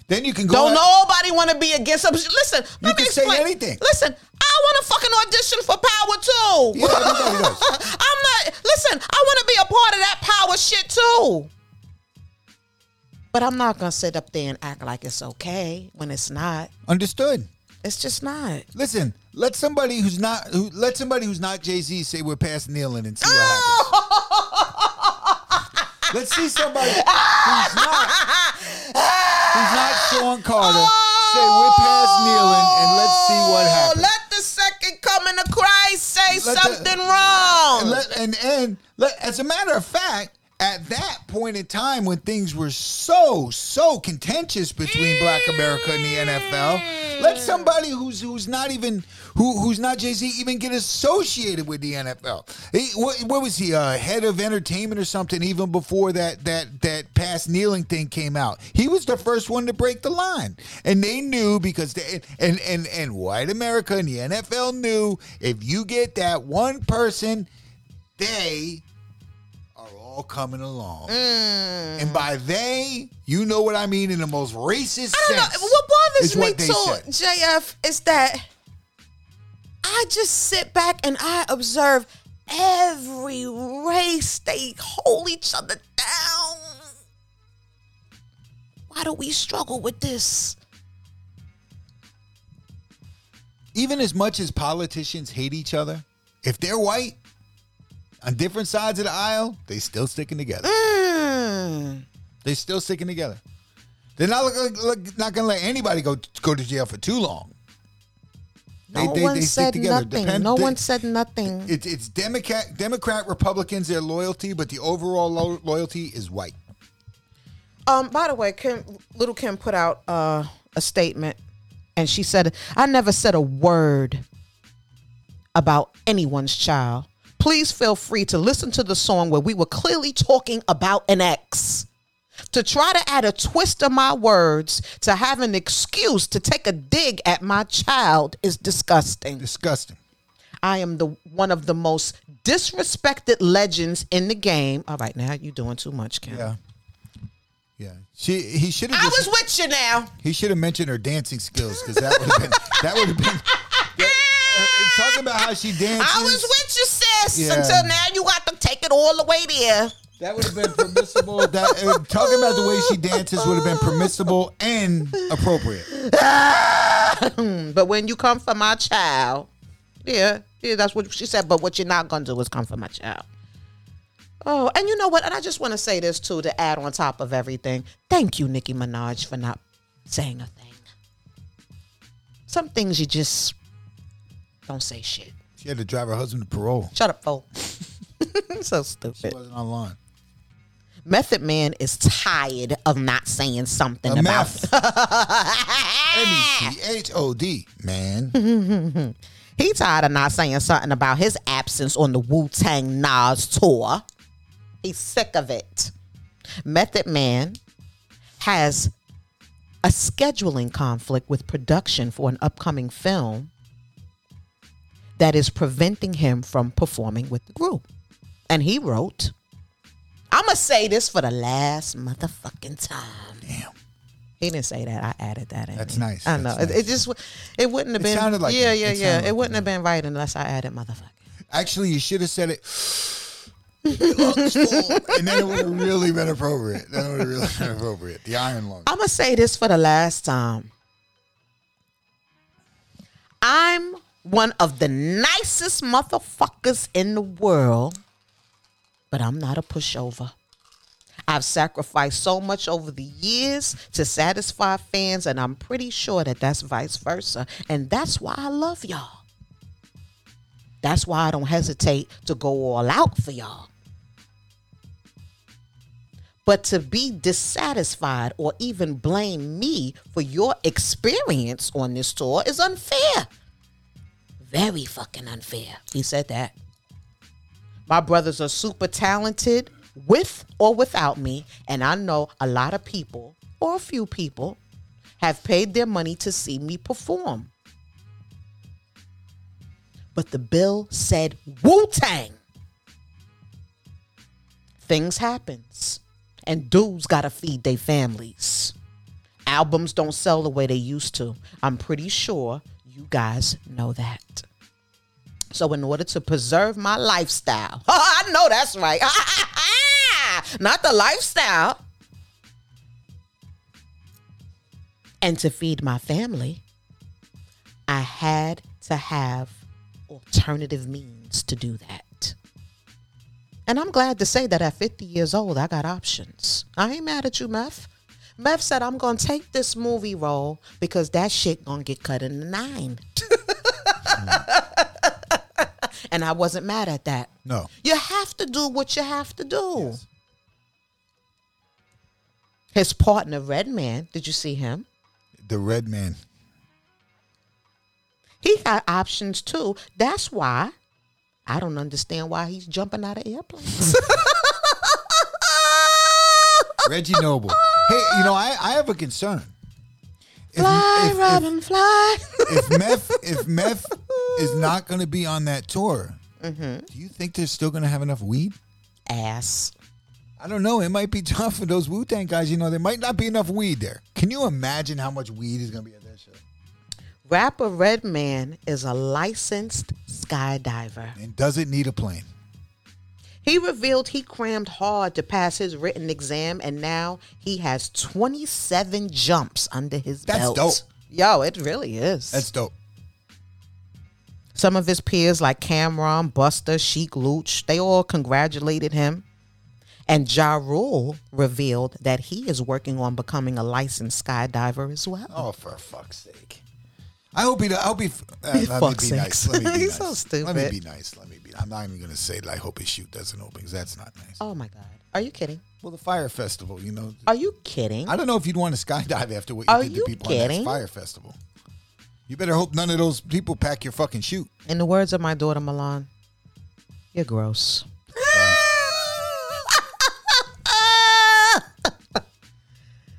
[SPEAKER 2] Then you can go.
[SPEAKER 1] Don't
[SPEAKER 2] at-
[SPEAKER 1] nobody want to be against him. Listen,
[SPEAKER 2] You
[SPEAKER 1] let me
[SPEAKER 2] can say
[SPEAKER 1] explain.
[SPEAKER 2] anything.
[SPEAKER 1] Listen, I want to fucking audition for Power too.
[SPEAKER 2] Yeah, everybody does.
[SPEAKER 1] I'm not. Listen, I want to be a part of that power shit too. But I'm not gonna sit up there and act like it's okay when it's not.
[SPEAKER 2] Understood.
[SPEAKER 1] It's just not.
[SPEAKER 2] Listen, let somebody who's not who let somebody who's not Jay Z say we're past kneeling and see what happens. Let's see somebody who's not who's not Sean Carter say we're past kneeling and let's see what
[SPEAKER 1] Oh,
[SPEAKER 2] happens.
[SPEAKER 1] Let the second coming of Christ say
[SPEAKER 2] Let the-
[SPEAKER 1] something wrong.
[SPEAKER 2] And let- and and let, as a matter of fact, at that point in time when things were so so contentious between Black America and the NFL, let somebody who's who's not even who who's not Jay Z even get associated with the NFL. He, what, what was he uh, head of entertainment or something? Even before that that that past kneeling thing came out, he was the first one to break the line, and they knew because they and and and white America and the NFL knew if you get that one person they are all coming along.
[SPEAKER 1] Mm.
[SPEAKER 2] And by they, you know what I mean in the most racist
[SPEAKER 1] I don't
[SPEAKER 2] sense.
[SPEAKER 1] know. What bothers
[SPEAKER 2] is what
[SPEAKER 1] me
[SPEAKER 2] they
[SPEAKER 1] too,
[SPEAKER 2] said.
[SPEAKER 1] JF, is that I just sit back and I observe every race. They hold each other down. Why do we struggle with this?
[SPEAKER 2] Even as much as politicians hate each other, if they're white on different sides of the aisle, they still sticking together.
[SPEAKER 1] Mm.
[SPEAKER 2] They still sticking together. They're not look, look, look- not gonna let anybody go go to jail for too long.
[SPEAKER 1] No one said nothing.
[SPEAKER 2] Depend-
[SPEAKER 1] no
[SPEAKER 2] they-
[SPEAKER 1] one said nothing.
[SPEAKER 2] It's it's Democrat Democrat Republicans their loyalty, but the overall lo- loyalty is white.
[SPEAKER 1] Um, by the way, Kim, Little Kim put out uh, a statement, and she said, "I never said a word about anyone's child. Please feel free to listen to the song where we were clearly talking about an ex." To try to add a twist to my words, to have an excuse to take a dig at my child is disgusting.
[SPEAKER 2] Disgusting.
[SPEAKER 1] I am the one of the most disrespected legends in the game. All right, now you're doing too much, Kim.
[SPEAKER 2] Yeah. Yeah. She he should have
[SPEAKER 1] I
[SPEAKER 2] just
[SPEAKER 1] was with you now.
[SPEAKER 2] he should have mentioned her dancing skills because that would have been that would have been that- uh, talk about how she dances.
[SPEAKER 1] I was with you, sis,
[SPEAKER 2] Yeah.
[SPEAKER 1] until now you got to take it all the way there.
[SPEAKER 2] that would have been permissible. That uh, talking about the way she dances would have been permissible and appropriate.
[SPEAKER 1] But when you come for my child, yeah, yeah, that's what she said. But what you're not gonna do is come for my child. Oh, and you know what? And I just want to say this too to add on top of everything. Thank you, Nicki Minaj, for not saying a thing. some things you just don't say shit.
[SPEAKER 2] She had to drive her husband to parole.
[SPEAKER 1] Shut up, folk. so
[SPEAKER 2] She
[SPEAKER 1] stupid.
[SPEAKER 2] wasn't online.
[SPEAKER 1] Method Man is tired of not saying something
[SPEAKER 2] A E
[SPEAKER 1] about
[SPEAKER 2] meth. M-E-T-H-O-D, man.
[SPEAKER 1] Mm-hmm. He tired of not saying something about his absence on the Wu Tang Nas tour. He's sick of it. Method Man has a scheduling conflict with production for an upcoming film that is preventing him from performing with the group. And he wrote, I'm going to say this for the last motherfucking time.
[SPEAKER 2] Damn.
[SPEAKER 1] He didn't say that. I added that in.
[SPEAKER 2] That's
[SPEAKER 1] there.
[SPEAKER 2] nice.
[SPEAKER 1] I know. It-
[SPEAKER 2] That's
[SPEAKER 1] It,
[SPEAKER 2] nice.
[SPEAKER 1] just w- it wouldn't have
[SPEAKER 2] It
[SPEAKER 1] been.
[SPEAKER 2] sounded like
[SPEAKER 1] yeah,
[SPEAKER 2] it.
[SPEAKER 1] yeah,
[SPEAKER 2] It
[SPEAKER 1] yeah.
[SPEAKER 2] sounded
[SPEAKER 1] It
[SPEAKER 2] like
[SPEAKER 1] wouldn't have been right unless I added motherfucker.
[SPEAKER 2] Actually, you should have said it. Lungs full. and then it would have really been appropriate. Then it would have really been appropriate. The iron lung.
[SPEAKER 1] I'm gonna say this for the last time. I'm one of the nicest motherfuckers in the world, but I'm not a pushover. I've sacrificed so much over the years to satisfy fans, and I'm pretty sure that that's vice versa. And that's why I love y'all. That's why I don't hesitate to go all out for y'all. But to be dissatisfied or even blame me for your experience on this tour is unfair. Very fucking unfair. He said that. My brothers are super talented with or without me, and I know a lot of people, or a few people, have paid their money to see me perform. But the bill said Wu Tang. Things happens, and dudes gotta feed their families. Albums don't sell the way they used to. I'm pretty sure you guys know that. So, in order to preserve my lifestyle, I know that's right. Not the lifestyle. And to feed my family, I had to have alternative means to do that. And I'm glad to say that at 50 years old, I got options. I ain't mad at you, Meth. Meth said, I'm going to take this movie role because that shit going to get cut in the nine. and I wasn't mad at that.
[SPEAKER 2] No.
[SPEAKER 1] You have to do what you have to do. His partner, Redman, did you see him?
[SPEAKER 2] The red man.
[SPEAKER 1] He got options too. That's why I don't understand why he's jumping out of airplanes.
[SPEAKER 2] Reggie Noble. Hey, you know, I, I have a concern. If,
[SPEAKER 1] fly,
[SPEAKER 2] if- if-
[SPEAKER 1] Robin, fly.
[SPEAKER 2] if meth if meth is not going to be on that tour,
[SPEAKER 1] Mm-hmm.
[SPEAKER 2] do you think they're still going to have enough weed?
[SPEAKER 1] Ass.
[SPEAKER 2] I don't know. It might be tough for those Wu Tang guys. You know, there might not be enough weed there. Can you imagine how much weed is going to be at that show?
[SPEAKER 1] Rapper Redman is a licensed skydiver.
[SPEAKER 2] And does it need a plane?
[SPEAKER 1] He revealed he crammed hard to pass his written exam, and now he has 27 jumps under his
[SPEAKER 2] That's
[SPEAKER 1] belt.
[SPEAKER 2] dope.
[SPEAKER 1] Yo, it really is.
[SPEAKER 2] That's dope.
[SPEAKER 1] Some of his peers, like Cameron, Buster, Sheik Luch, they all congratulated him. And Ja Rule revealed that he is working on becoming a licensed skydiver as well.
[SPEAKER 2] Oh, for fuck's sake! I hope he. I hope he. Uh, let
[SPEAKER 1] Fuck's
[SPEAKER 2] me be nice.
[SPEAKER 1] sakes.
[SPEAKER 2] Let me be
[SPEAKER 1] He's
[SPEAKER 2] nice.
[SPEAKER 1] so
[SPEAKER 2] Let me
[SPEAKER 1] stupid.
[SPEAKER 2] be nice. Let me be. I'm not even going to say. I hope his chute doesn't open because that's not nice.
[SPEAKER 1] Oh my God. Are you kidding?
[SPEAKER 2] Well, the fire festival. You know,
[SPEAKER 1] Are you kidding?
[SPEAKER 2] I don't know if you'd want to skydive after what you
[SPEAKER 1] Are
[SPEAKER 2] did
[SPEAKER 1] you
[SPEAKER 2] to people
[SPEAKER 1] kidding?
[SPEAKER 2] on that fire festival. You better hope none of those people pack your fucking chute.
[SPEAKER 1] In the words of my daughter Milan, you're gross.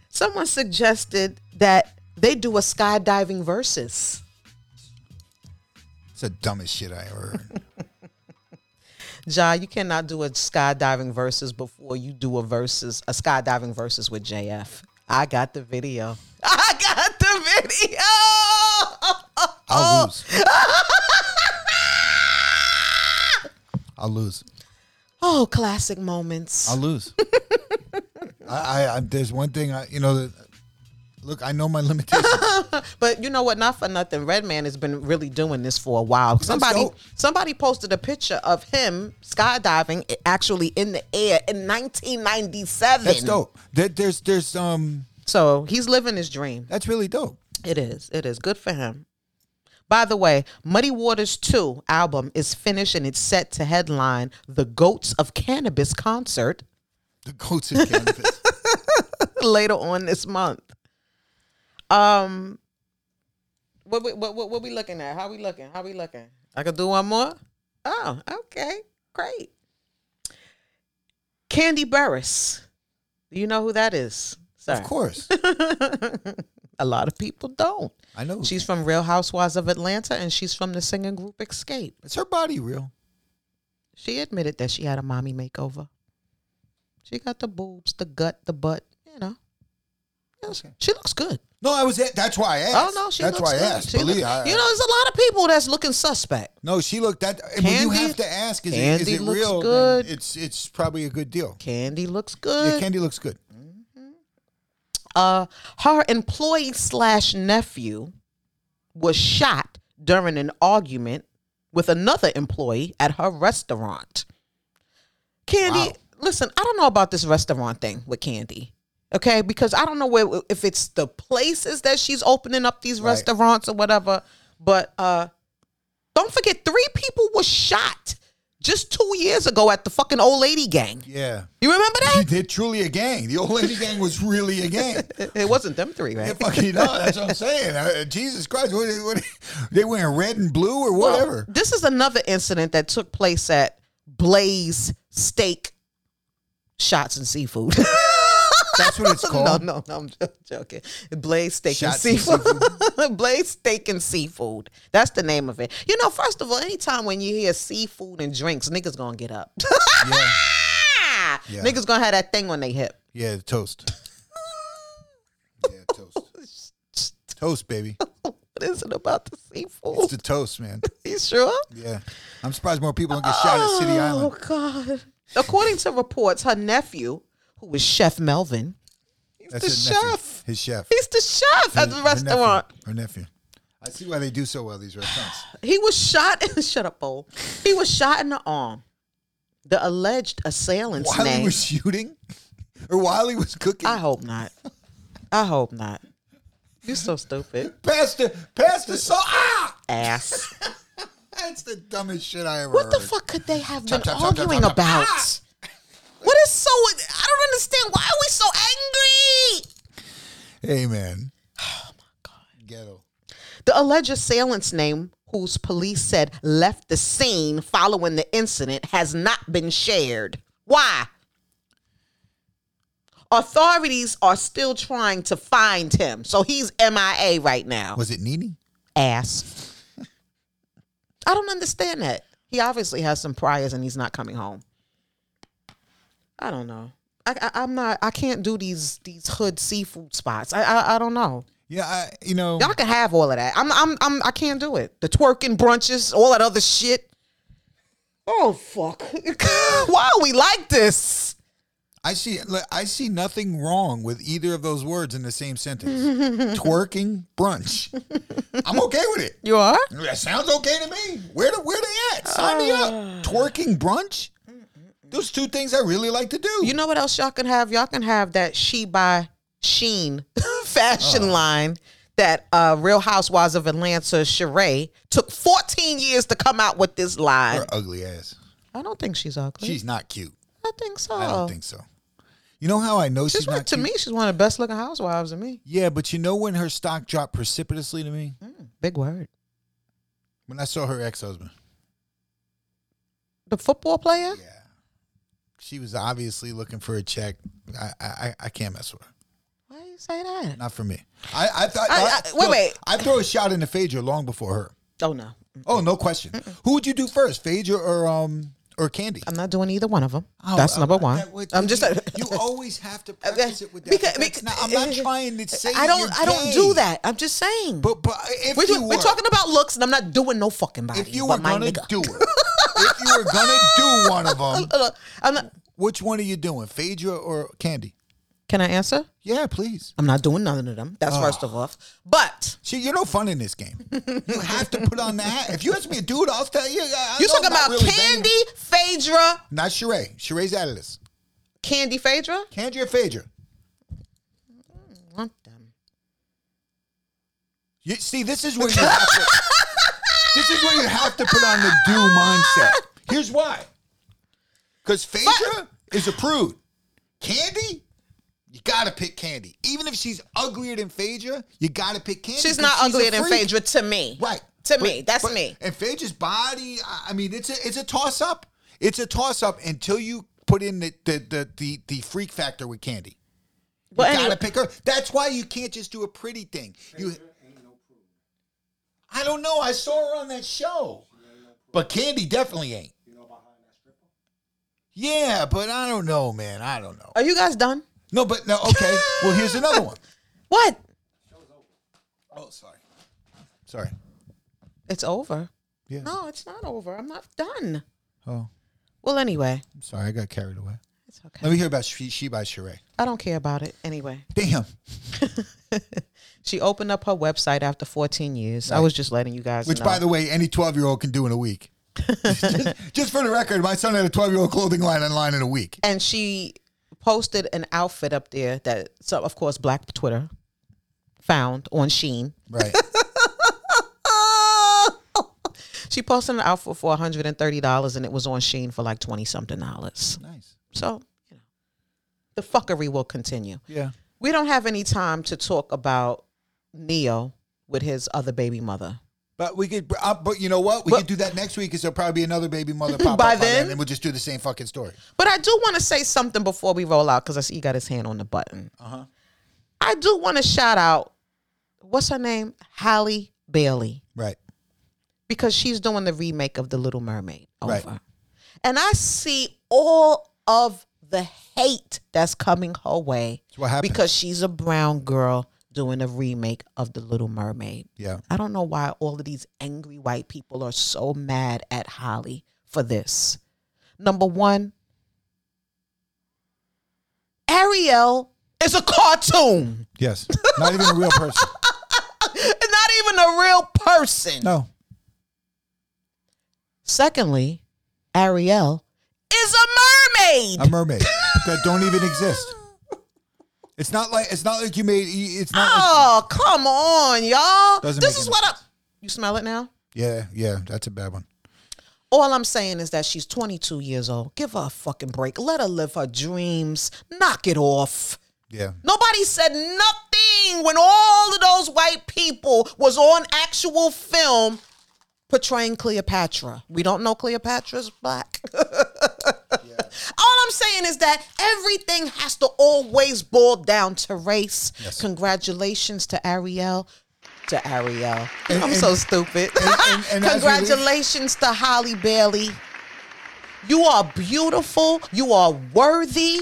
[SPEAKER 1] Someone suggested that they do a skydiving versus.
[SPEAKER 2] It's the dumbest shit I ever heard.
[SPEAKER 1] Ja, you cannot do a skydiving versus before you do a versus, a skydiving versus with JF. I got the video. I got the video.
[SPEAKER 2] I'll lose. I'll lose.
[SPEAKER 1] Oh, classic moments.
[SPEAKER 2] I'll lose. I, I, I there's one thing I you know. that- Look, I know my limitations.
[SPEAKER 1] But you know what? Not for nothing. Redman has been really doing this for a while. Somebody
[SPEAKER 2] dope.
[SPEAKER 1] somebody posted a picture of him skydiving i- actually in the air in 1997.
[SPEAKER 2] That's dope. There, there's there's um
[SPEAKER 1] So he's living his dream.
[SPEAKER 2] that's really dope.
[SPEAKER 1] It is. It is good for him. By the way, Muddy Waters 2 album is finished and it's set to headline the Goats of Cannabis concert
[SPEAKER 2] The goats in cannabis.
[SPEAKER 1] later on this month. Um, what we, what what, what we looking at? How we looking? How we looking? I could do one more. Oh, okay, great. Candy Burris, you know who that is? Sir.
[SPEAKER 2] of course.
[SPEAKER 1] a lot of people don't.
[SPEAKER 2] I know.
[SPEAKER 1] She's from Real Housewives of Atlanta, and she's from the singing group Escape.
[SPEAKER 2] It's her body real.
[SPEAKER 1] She admitted that she had a mommy makeover. She got the boobs, the gut, the butt. You know, Yes,
[SPEAKER 2] Okay.
[SPEAKER 1] she looks good.
[SPEAKER 2] No, I was. That's why I asked.
[SPEAKER 1] Oh no, she
[SPEAKER 2] That's
[SPEAKER 1] looks
[SPEAKER 2] why I
[SPEAKER 1] good.
[SPEAKER 2] asked.
[SPEAKER 1] She
[SPEAKER 2] Believe
[SPEAKER 1] look-
[SPEAKER 2] I-
[SPEAKER 1] you know, there's a lot of people that's looking suspect.
[SPEAKER 2] No, she looked that. But you
[SPEAKER 1] Candy-
[SPEAKER 2] have to ask: Is it, is
[SPEAKER 1] Candy
[SPEAKER 2] it
[SPEAKER 1] looks
[SPEAKER 2] real? Then
[SPEAKER 1] good.
[SPEAKER 2] It's it's probably a good deal.
[SPEAKER 1] Candy looks
[SPEAKER 2] Yeah,
[SPEAKER 1] good.
[SPEAKER 2] candy looks good.
[SPEAKER 1] uh, her employee slash nephew was shot during an argument with another employee at her restaurant. Candy,
[SPEAKER 2] Wow.
[SPEAKER 1] listen, I don't know about this restaurant thing with Candy. Okay, because I don't know where if it's the places that she's opening up these
[SPEAKER 2] Right.
[SPEAKER 1] restaurants or whatever, but uh don't forget three people were shot just 2 years ago at the fucking old lady gang.
[SPEAKER 2] Yeah,
[SPEAKER 1] You remember that?
[SPEAKER 2] they're truly a gang. The old lady gang was really a gang.
[SPEAKER 1] It- It wasn't them three, right?
[SPEAKER 2] Yeah, fucking no, that's what I'm saying. Uh, Jesus Christ, what, what, they wearing red and blue or
[SPEAKER 1] Well,
[SPEAKER 2] whatever.
[SPEAKER 1] this is another incident that took place at Blaze Steak Shots and Seafood.
[SPEAKER 2] that's what it's
[SPEAKER 1] no,
[SPEAKER 2] called.
[SPEAKER 1] no, no, I'm jo- joking. Blaze Steak
[SPEAKER 2] Shots
[SPEAKER 1] and
[SPEAKER 2] and
[SPEAKER 1] Seafood. Blaze Steak and Seafood. That's the name of it. You know, first of all, anytime when you hear seafood and drinks, niggas gonna get up.
[SPEAKER 2] Yeah, Yeah.
[SPEAKER 1] Niggas gonna have that thing on their hip.
[SPEAKER 2] yeah, toast. Yeah, toast. Toast, baby.
[SPEAKER 1] What is it about the seafood?
[SPEAKER 2] It's the toast, man.
[SPEAKER 1] you sure?
[SPEAKER 2] Yeah, I'm surprised more people don't get shot at City Island.
[SPEAKER 1] Oh God! According to reports, her nephew, who is Chef Melvin, he's
[SPEAKER 2] That's his
[SPEAKER 1] the
[SPEAKER 2] nephew.
[SPEAKER 1] chef.
[SPEAKER 2] His chef.
[SPEAKER 1] He's the chef at the restaurant.
[SPEAKER 2] Her nephew. I see why they do so well these restaurants.
[SPEAKER 1] He was shot. shut up, old. He was shot in the arm. The alleged assailant's
[SPEAKER 2] while
[SPEAKER 1] name.
[SPEAKER 2] he was shooting, or while he was cooking,
[SPEAKER 1] I hope not. I hope not. You're so stupid,
[SPEAKER 2] pass the pass the salt. Ah,
[SPEAKER 1] ass.
[SPEAKER 2] that's the dumbest shit I ever
[SPEAKER 1] What the
[SPEAKER 2] heard.
[SPEAKER 1] fuck could they have been
[SPEAKER 2] Chop, chop, chop, chop,
[SPEAKER 1] arguing
[SPEAKER 2] chop, chop.
[SPEAKER 1] about?
[SPEAKER 2] Ah!
[SPEAKER 1] What is so? I don't understand. Why are we so angry?
[SPEAKER 2] Hey man. Oh my god. Ghetto.
[SPEAKER 1] The alleged assailant's name, whose police said left the scene following the incident, has not been shared. Why? Authorities are still trying to find him, so he's MIA right now.
[SPEAKER 2] Was it Nene?
[SPEAKER 1] Ass. I don't understand that. He obviously has some priors, and he's not coming home. I don't know. I, I, I'm not. I can't do these these hood seafood spots. I I, I don't know.
[SPEAKER 2] Yeah, I you know
[SPEAKER 1] Y'all can have all of that. I'm, I'm, I'm, I can't do it. The twerking brunches, all that other shit. Oh fuck! Why are we like this?
[SPEAKER 2] I see look, I see nothing wrong with either of those words in the same sentence. Twerking brunch. I'm okay with it.
[SPEAKER 1] You are?
[SPEAKER 2] That sounds okay to me. Where the, where they at? Sign me up.
[SPEAKER 1] Ah.
[SPEAKER 2] Twerking brunch? Those two things I really like to do.
[SPEAKER 1] You know what else y'all can have? Y'all can have that she by Sheen fashion
[SPEAKER 2] Oh.
[SPEAKER 1] line that uh, Real Housewives of Atlanta Sheree took 14 years to come out with this line.
[SPEAKER 2] Her ugly ass.
[SPEAKER 1] I don't think she's ugly.
[SPEAKER 2] She's not cute.
[SPEAKER 1] I think so.
[SPEAKER 2] I don't think so. You know how I know she's,
[SPEAKER 1] she's one,
[SPEAKER 2] not
[SPEAKER 1] Oh. to
[SPEAKER 2] cute?
[SPEAKER 1] me, she's one of the best looking housewives to me.
[SPEAKER 2] Yeah, but you know when her stock dropped precipitously to me?
[SPEAKER 1] Big word.
[SPEAKER 2] When I saw her ex husband.
[SPEAKER 1] The football player?
[SPEAKER 2] Yeah. She was obviously looking for a check. I I, I- I can't mess with her.
[SPEAKER 1] Why do you say that?
[SPEAKER 2] Not for me. I, I thought.
[SPEAKER 1] I- I- wait,
[SPEAKER 2] no,
[SPEAKER 1] wait.
[SPEAKER 2] I throw a shot into Phaedra long before her.
[SPEAKER 1] Oh no.
[SPEAKER 2] Oh, no question. Who would you do first, Phaedra or um or Candy?
[SPEAKER 1] I'm not doing either one of them.
[SPEAKER 2] Oh,
[SPEAKER 1] That's
[SPEAKER 2] uh,
[SPEAKER 1] number one.
[SPEAKER 2] that would-
[SPEAKER 1] I'm just.
[SPEAKER 2] you, you always have to preface it with that.
[SPEAKER 1] Because-
[SPEAKER 2] That's
[SPEAKER 1] because-
[SPEAKER 2] not- I'm not trying to say
[SPEAKER 1] I don't.
[SPEAKER 2] you're
[SPEAKER 1] I don't
[SPEAKER 2] gay.
[SPEAKER 1] do that. I'm just saying.
[SPEAKER 2] But but if
[SPEAKER 1] we're,
[SPEAKER 2] you
[SPEAKER 1] we're
[SPEAKER 2] were,
[SPEAKER 1] talking about looks, and I'm not doing no fucking body.
[SPEAKER 2] if you
[SPEAKER 1] but
[SPEAKER 2] were
[SPEAKER 1] my
[SPEAKER 2] gonna
[SPEAKER 1] nigga.
[SPEAKER 2] do it, if you were gonna do one of them,
[SPEAKER 1] Look, I'm not.
[SPEAKER 2] which one are you doing, Phaedra or Candy?
[SPEAKER 1] Can I answer?
[SPEAKER 2] Yeah, please.
[SPEAKER 1] I'm not doing none of them. That's
[SPEAKER 2] Oh.
[SPEAKER 1] first of all. But
[SPEAKER 2] See, you're no fun in this game. You have to put on the hat. If you ask me a dude, I'll tell you. I, I
[SPEAKER 1] you
[SPEAKER 2] know I'm
[SPEAKER 1] talking
[SPEAKER 2] not
[SPEAKER 1] about
[SPEAKER 2] really banging.
[SPEAKER 1] Candy Phaedra?
[SPEAKER 2] Not Sheree. Sheree's out of this.
[SPEAKER 1] Candy Phaedra?
[SPEAKER 2] Candy or Phaedra?
[SPEAKER 1] Want them?
[SPEAKER 2] You, see, this is where you have to. This is where you have to put on the do mindset. Here's why. Because Phaedra is a prude. Candy, you gotta pick Candy. Even if she's uglier than Phaedra, you gotta pick Candy.
[SPEAKER 1] She's
[SPEAKER 2] 'cause
[SPEAKER 1] not
[SPEAKER 2] a
[SPEAKER 1] uglier than
[SPEAKER 2] freak.
[SPEAKER 1] Phaedra to me.
[SPEAKER 2] Right.
[SPEAKER 1] To
[SPEAKER 2] But-
[SPEAKER 1] me. That's
[SPEAKER 2] but-
[SPEAKER 1] me.
[SPEAKER 2] And Phaedra's body, I I mean, it's a it's a toss up. It's a toss up until you put in the the the the, the freak factor with Candy. You
[SPEAKER 1] But
[SPEAKER 2] gotta
[SPEAKER 1] anyway,
[SPEAKER 2] pick her. That's why you can't just do a pretty thing. You, I don't know. I saw her on that show, but Candy definitely ain't. Yeah, but I don't know, man. I don't know.
[SPEAKER 1] are you guys done?
[SPEAKER 2] No, but no. Okay. Well, here's another one.
[SPEAKER 1] What?
[SPEAKER 2] Oh, sorry. Sorry.
[SPEAKER 1] It's over.
[SPEAKER 2] Yes.
[SPEAKER 1] No, it's not over. I'm not done.
[SPEAKER 2] Oh,
[SPEAKER 1] Well, anyway,
[SPEAKER 2] I'm sorry. I got carried away.
[SPEAKER 1] it's okay.
[SPEAKER 2] Let me hear about she, she by Sheree.
[SPEAKER 1] I don't care about it. Anyway,
[SPEAKER 2] Damn.
[SPEAKER 1] she opened up her website after 14 years. I was just letting you guys
[SPEAKER 2] Which,
[SPEAKER 1] know.
[SPEAKER 2] by the way, any 12 year old can do in a week. just, just for the record, my son had a 12 year old clothing line online in a week.
[SPEAKER 1] and she posted an outfit up there that, so of course, Black Twitter found on Sheen.
[SPEAKER 2] Right.
[SPEAKER 1] She posted an outfit for $130 and it was on Sheen for like 20 something dollars.
[SPEAKER 2] nice.
[SPEAKER 1] So, you know, the fuckery will continue.
[SPEAKER 2] Yeah.
[SPEAKER 1] We don't have any time to talk about Neo with his other baby mother.
[SPEAKER 2] But we could, uh, but you know what? We
[SPEAKER 1] But-
[SPEAKER 2] could do that next week because there'll probably be another baby mother pop
[SPEAKER 1] By
[SPEAKER 2] up by then,
[SPEAKER 1] then?
[SPEAKER 2] and we'll just do the same fucking story.
[SPEAKER 1] But I do want to say something before we roll out because I see he got his hand on the button.
[SPEAKER 2] Uh-huh.
[SPEAKER 1] I do want to shout out, what's her name? Halle Bailey,
[SPEAKER 2] Right.
[SPEAKER 1] because she's doing the remake of The Little Mermaid over.
[SPEAKER 2] Right.
[SPEAKER 1] And I see all of the hate that's coming her way
[SPEAKER 2] That's what happened.
[SPEAKER 1] because she's a brown girl doing a remake of The Little Mermaid.
[SPEAKER 2] yeah.
[SPEAKER 1] I don't know why all of these angry white people are so mad at Holly for this. Number one, Ariel is a cartoon,
[SPEAKER 2] Yes. Not even a real person.
[SPEAKER 1] not even a real person.
[SPEAKER 2] No.
[SPEAKER 1] Secondly, Ariel is a mermaid.
[SPEAKER 2] A mermaid that don't even exist. It's not like it's not like you made. It's not. like-
[SPEAKER 1] oh, come on, y'all.
[SPEAKER 2] Doesn't
[SPEAKER 1] this
[SPEAKER 2] make
[SPEAKER 1] is
[SPEAKER 2] any
[SPEAKER 1] what I. You smell it now?
[SPEAKER 2] yeah. Yeah. That's a bad one.
[SPEAKER 1] All I'm saying is that she's 22 years old. Give her a fucking break. Let her live her dreams. Knock it off.
[SPEAKER 2] Yeah.
[SPEAKER 1] Nobody said nothing when all of those white people was on actual film portraying Cleopatra. We don't know Cleopatra's black. All I'm saying is that everything has to always boil down to race. Congratulations to Ariel. To Ariel. I'm
[SPEAKER 2] And- and-
[SPEAKER 1] so stupid.
[SPEAKER 2] and- and as we leave-
[SPEAKER 1] Congratulations to Holly Bailey. You are beautiful. You are worthy.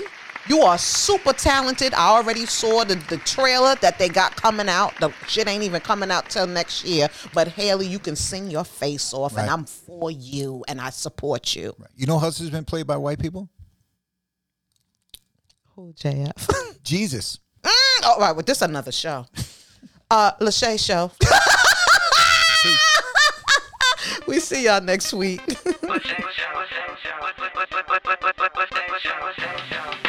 [SPEAKER 1] You are super talented. I already saw the, the trailer that they got coming out. The shit ain't even coming out till next year. But Haley, you can sing your face off, and
[SPEAKER 2] Right.
[SPEAKER 1] I'm for you, and I support you.
[SPEAKER 2] You know, who else has been played by white people.
[SPEAKER 1] Who JF? mm,
[SPEAKER 2] Jesus.
[SPEAKER 1] all right, well, this another show. Uh, Lachey show. we see y'all next week.
[SPEAKER 3] What's that? What's that? What's that? What's that? What's that? What's that? What's that? What's that? What's that? What's that?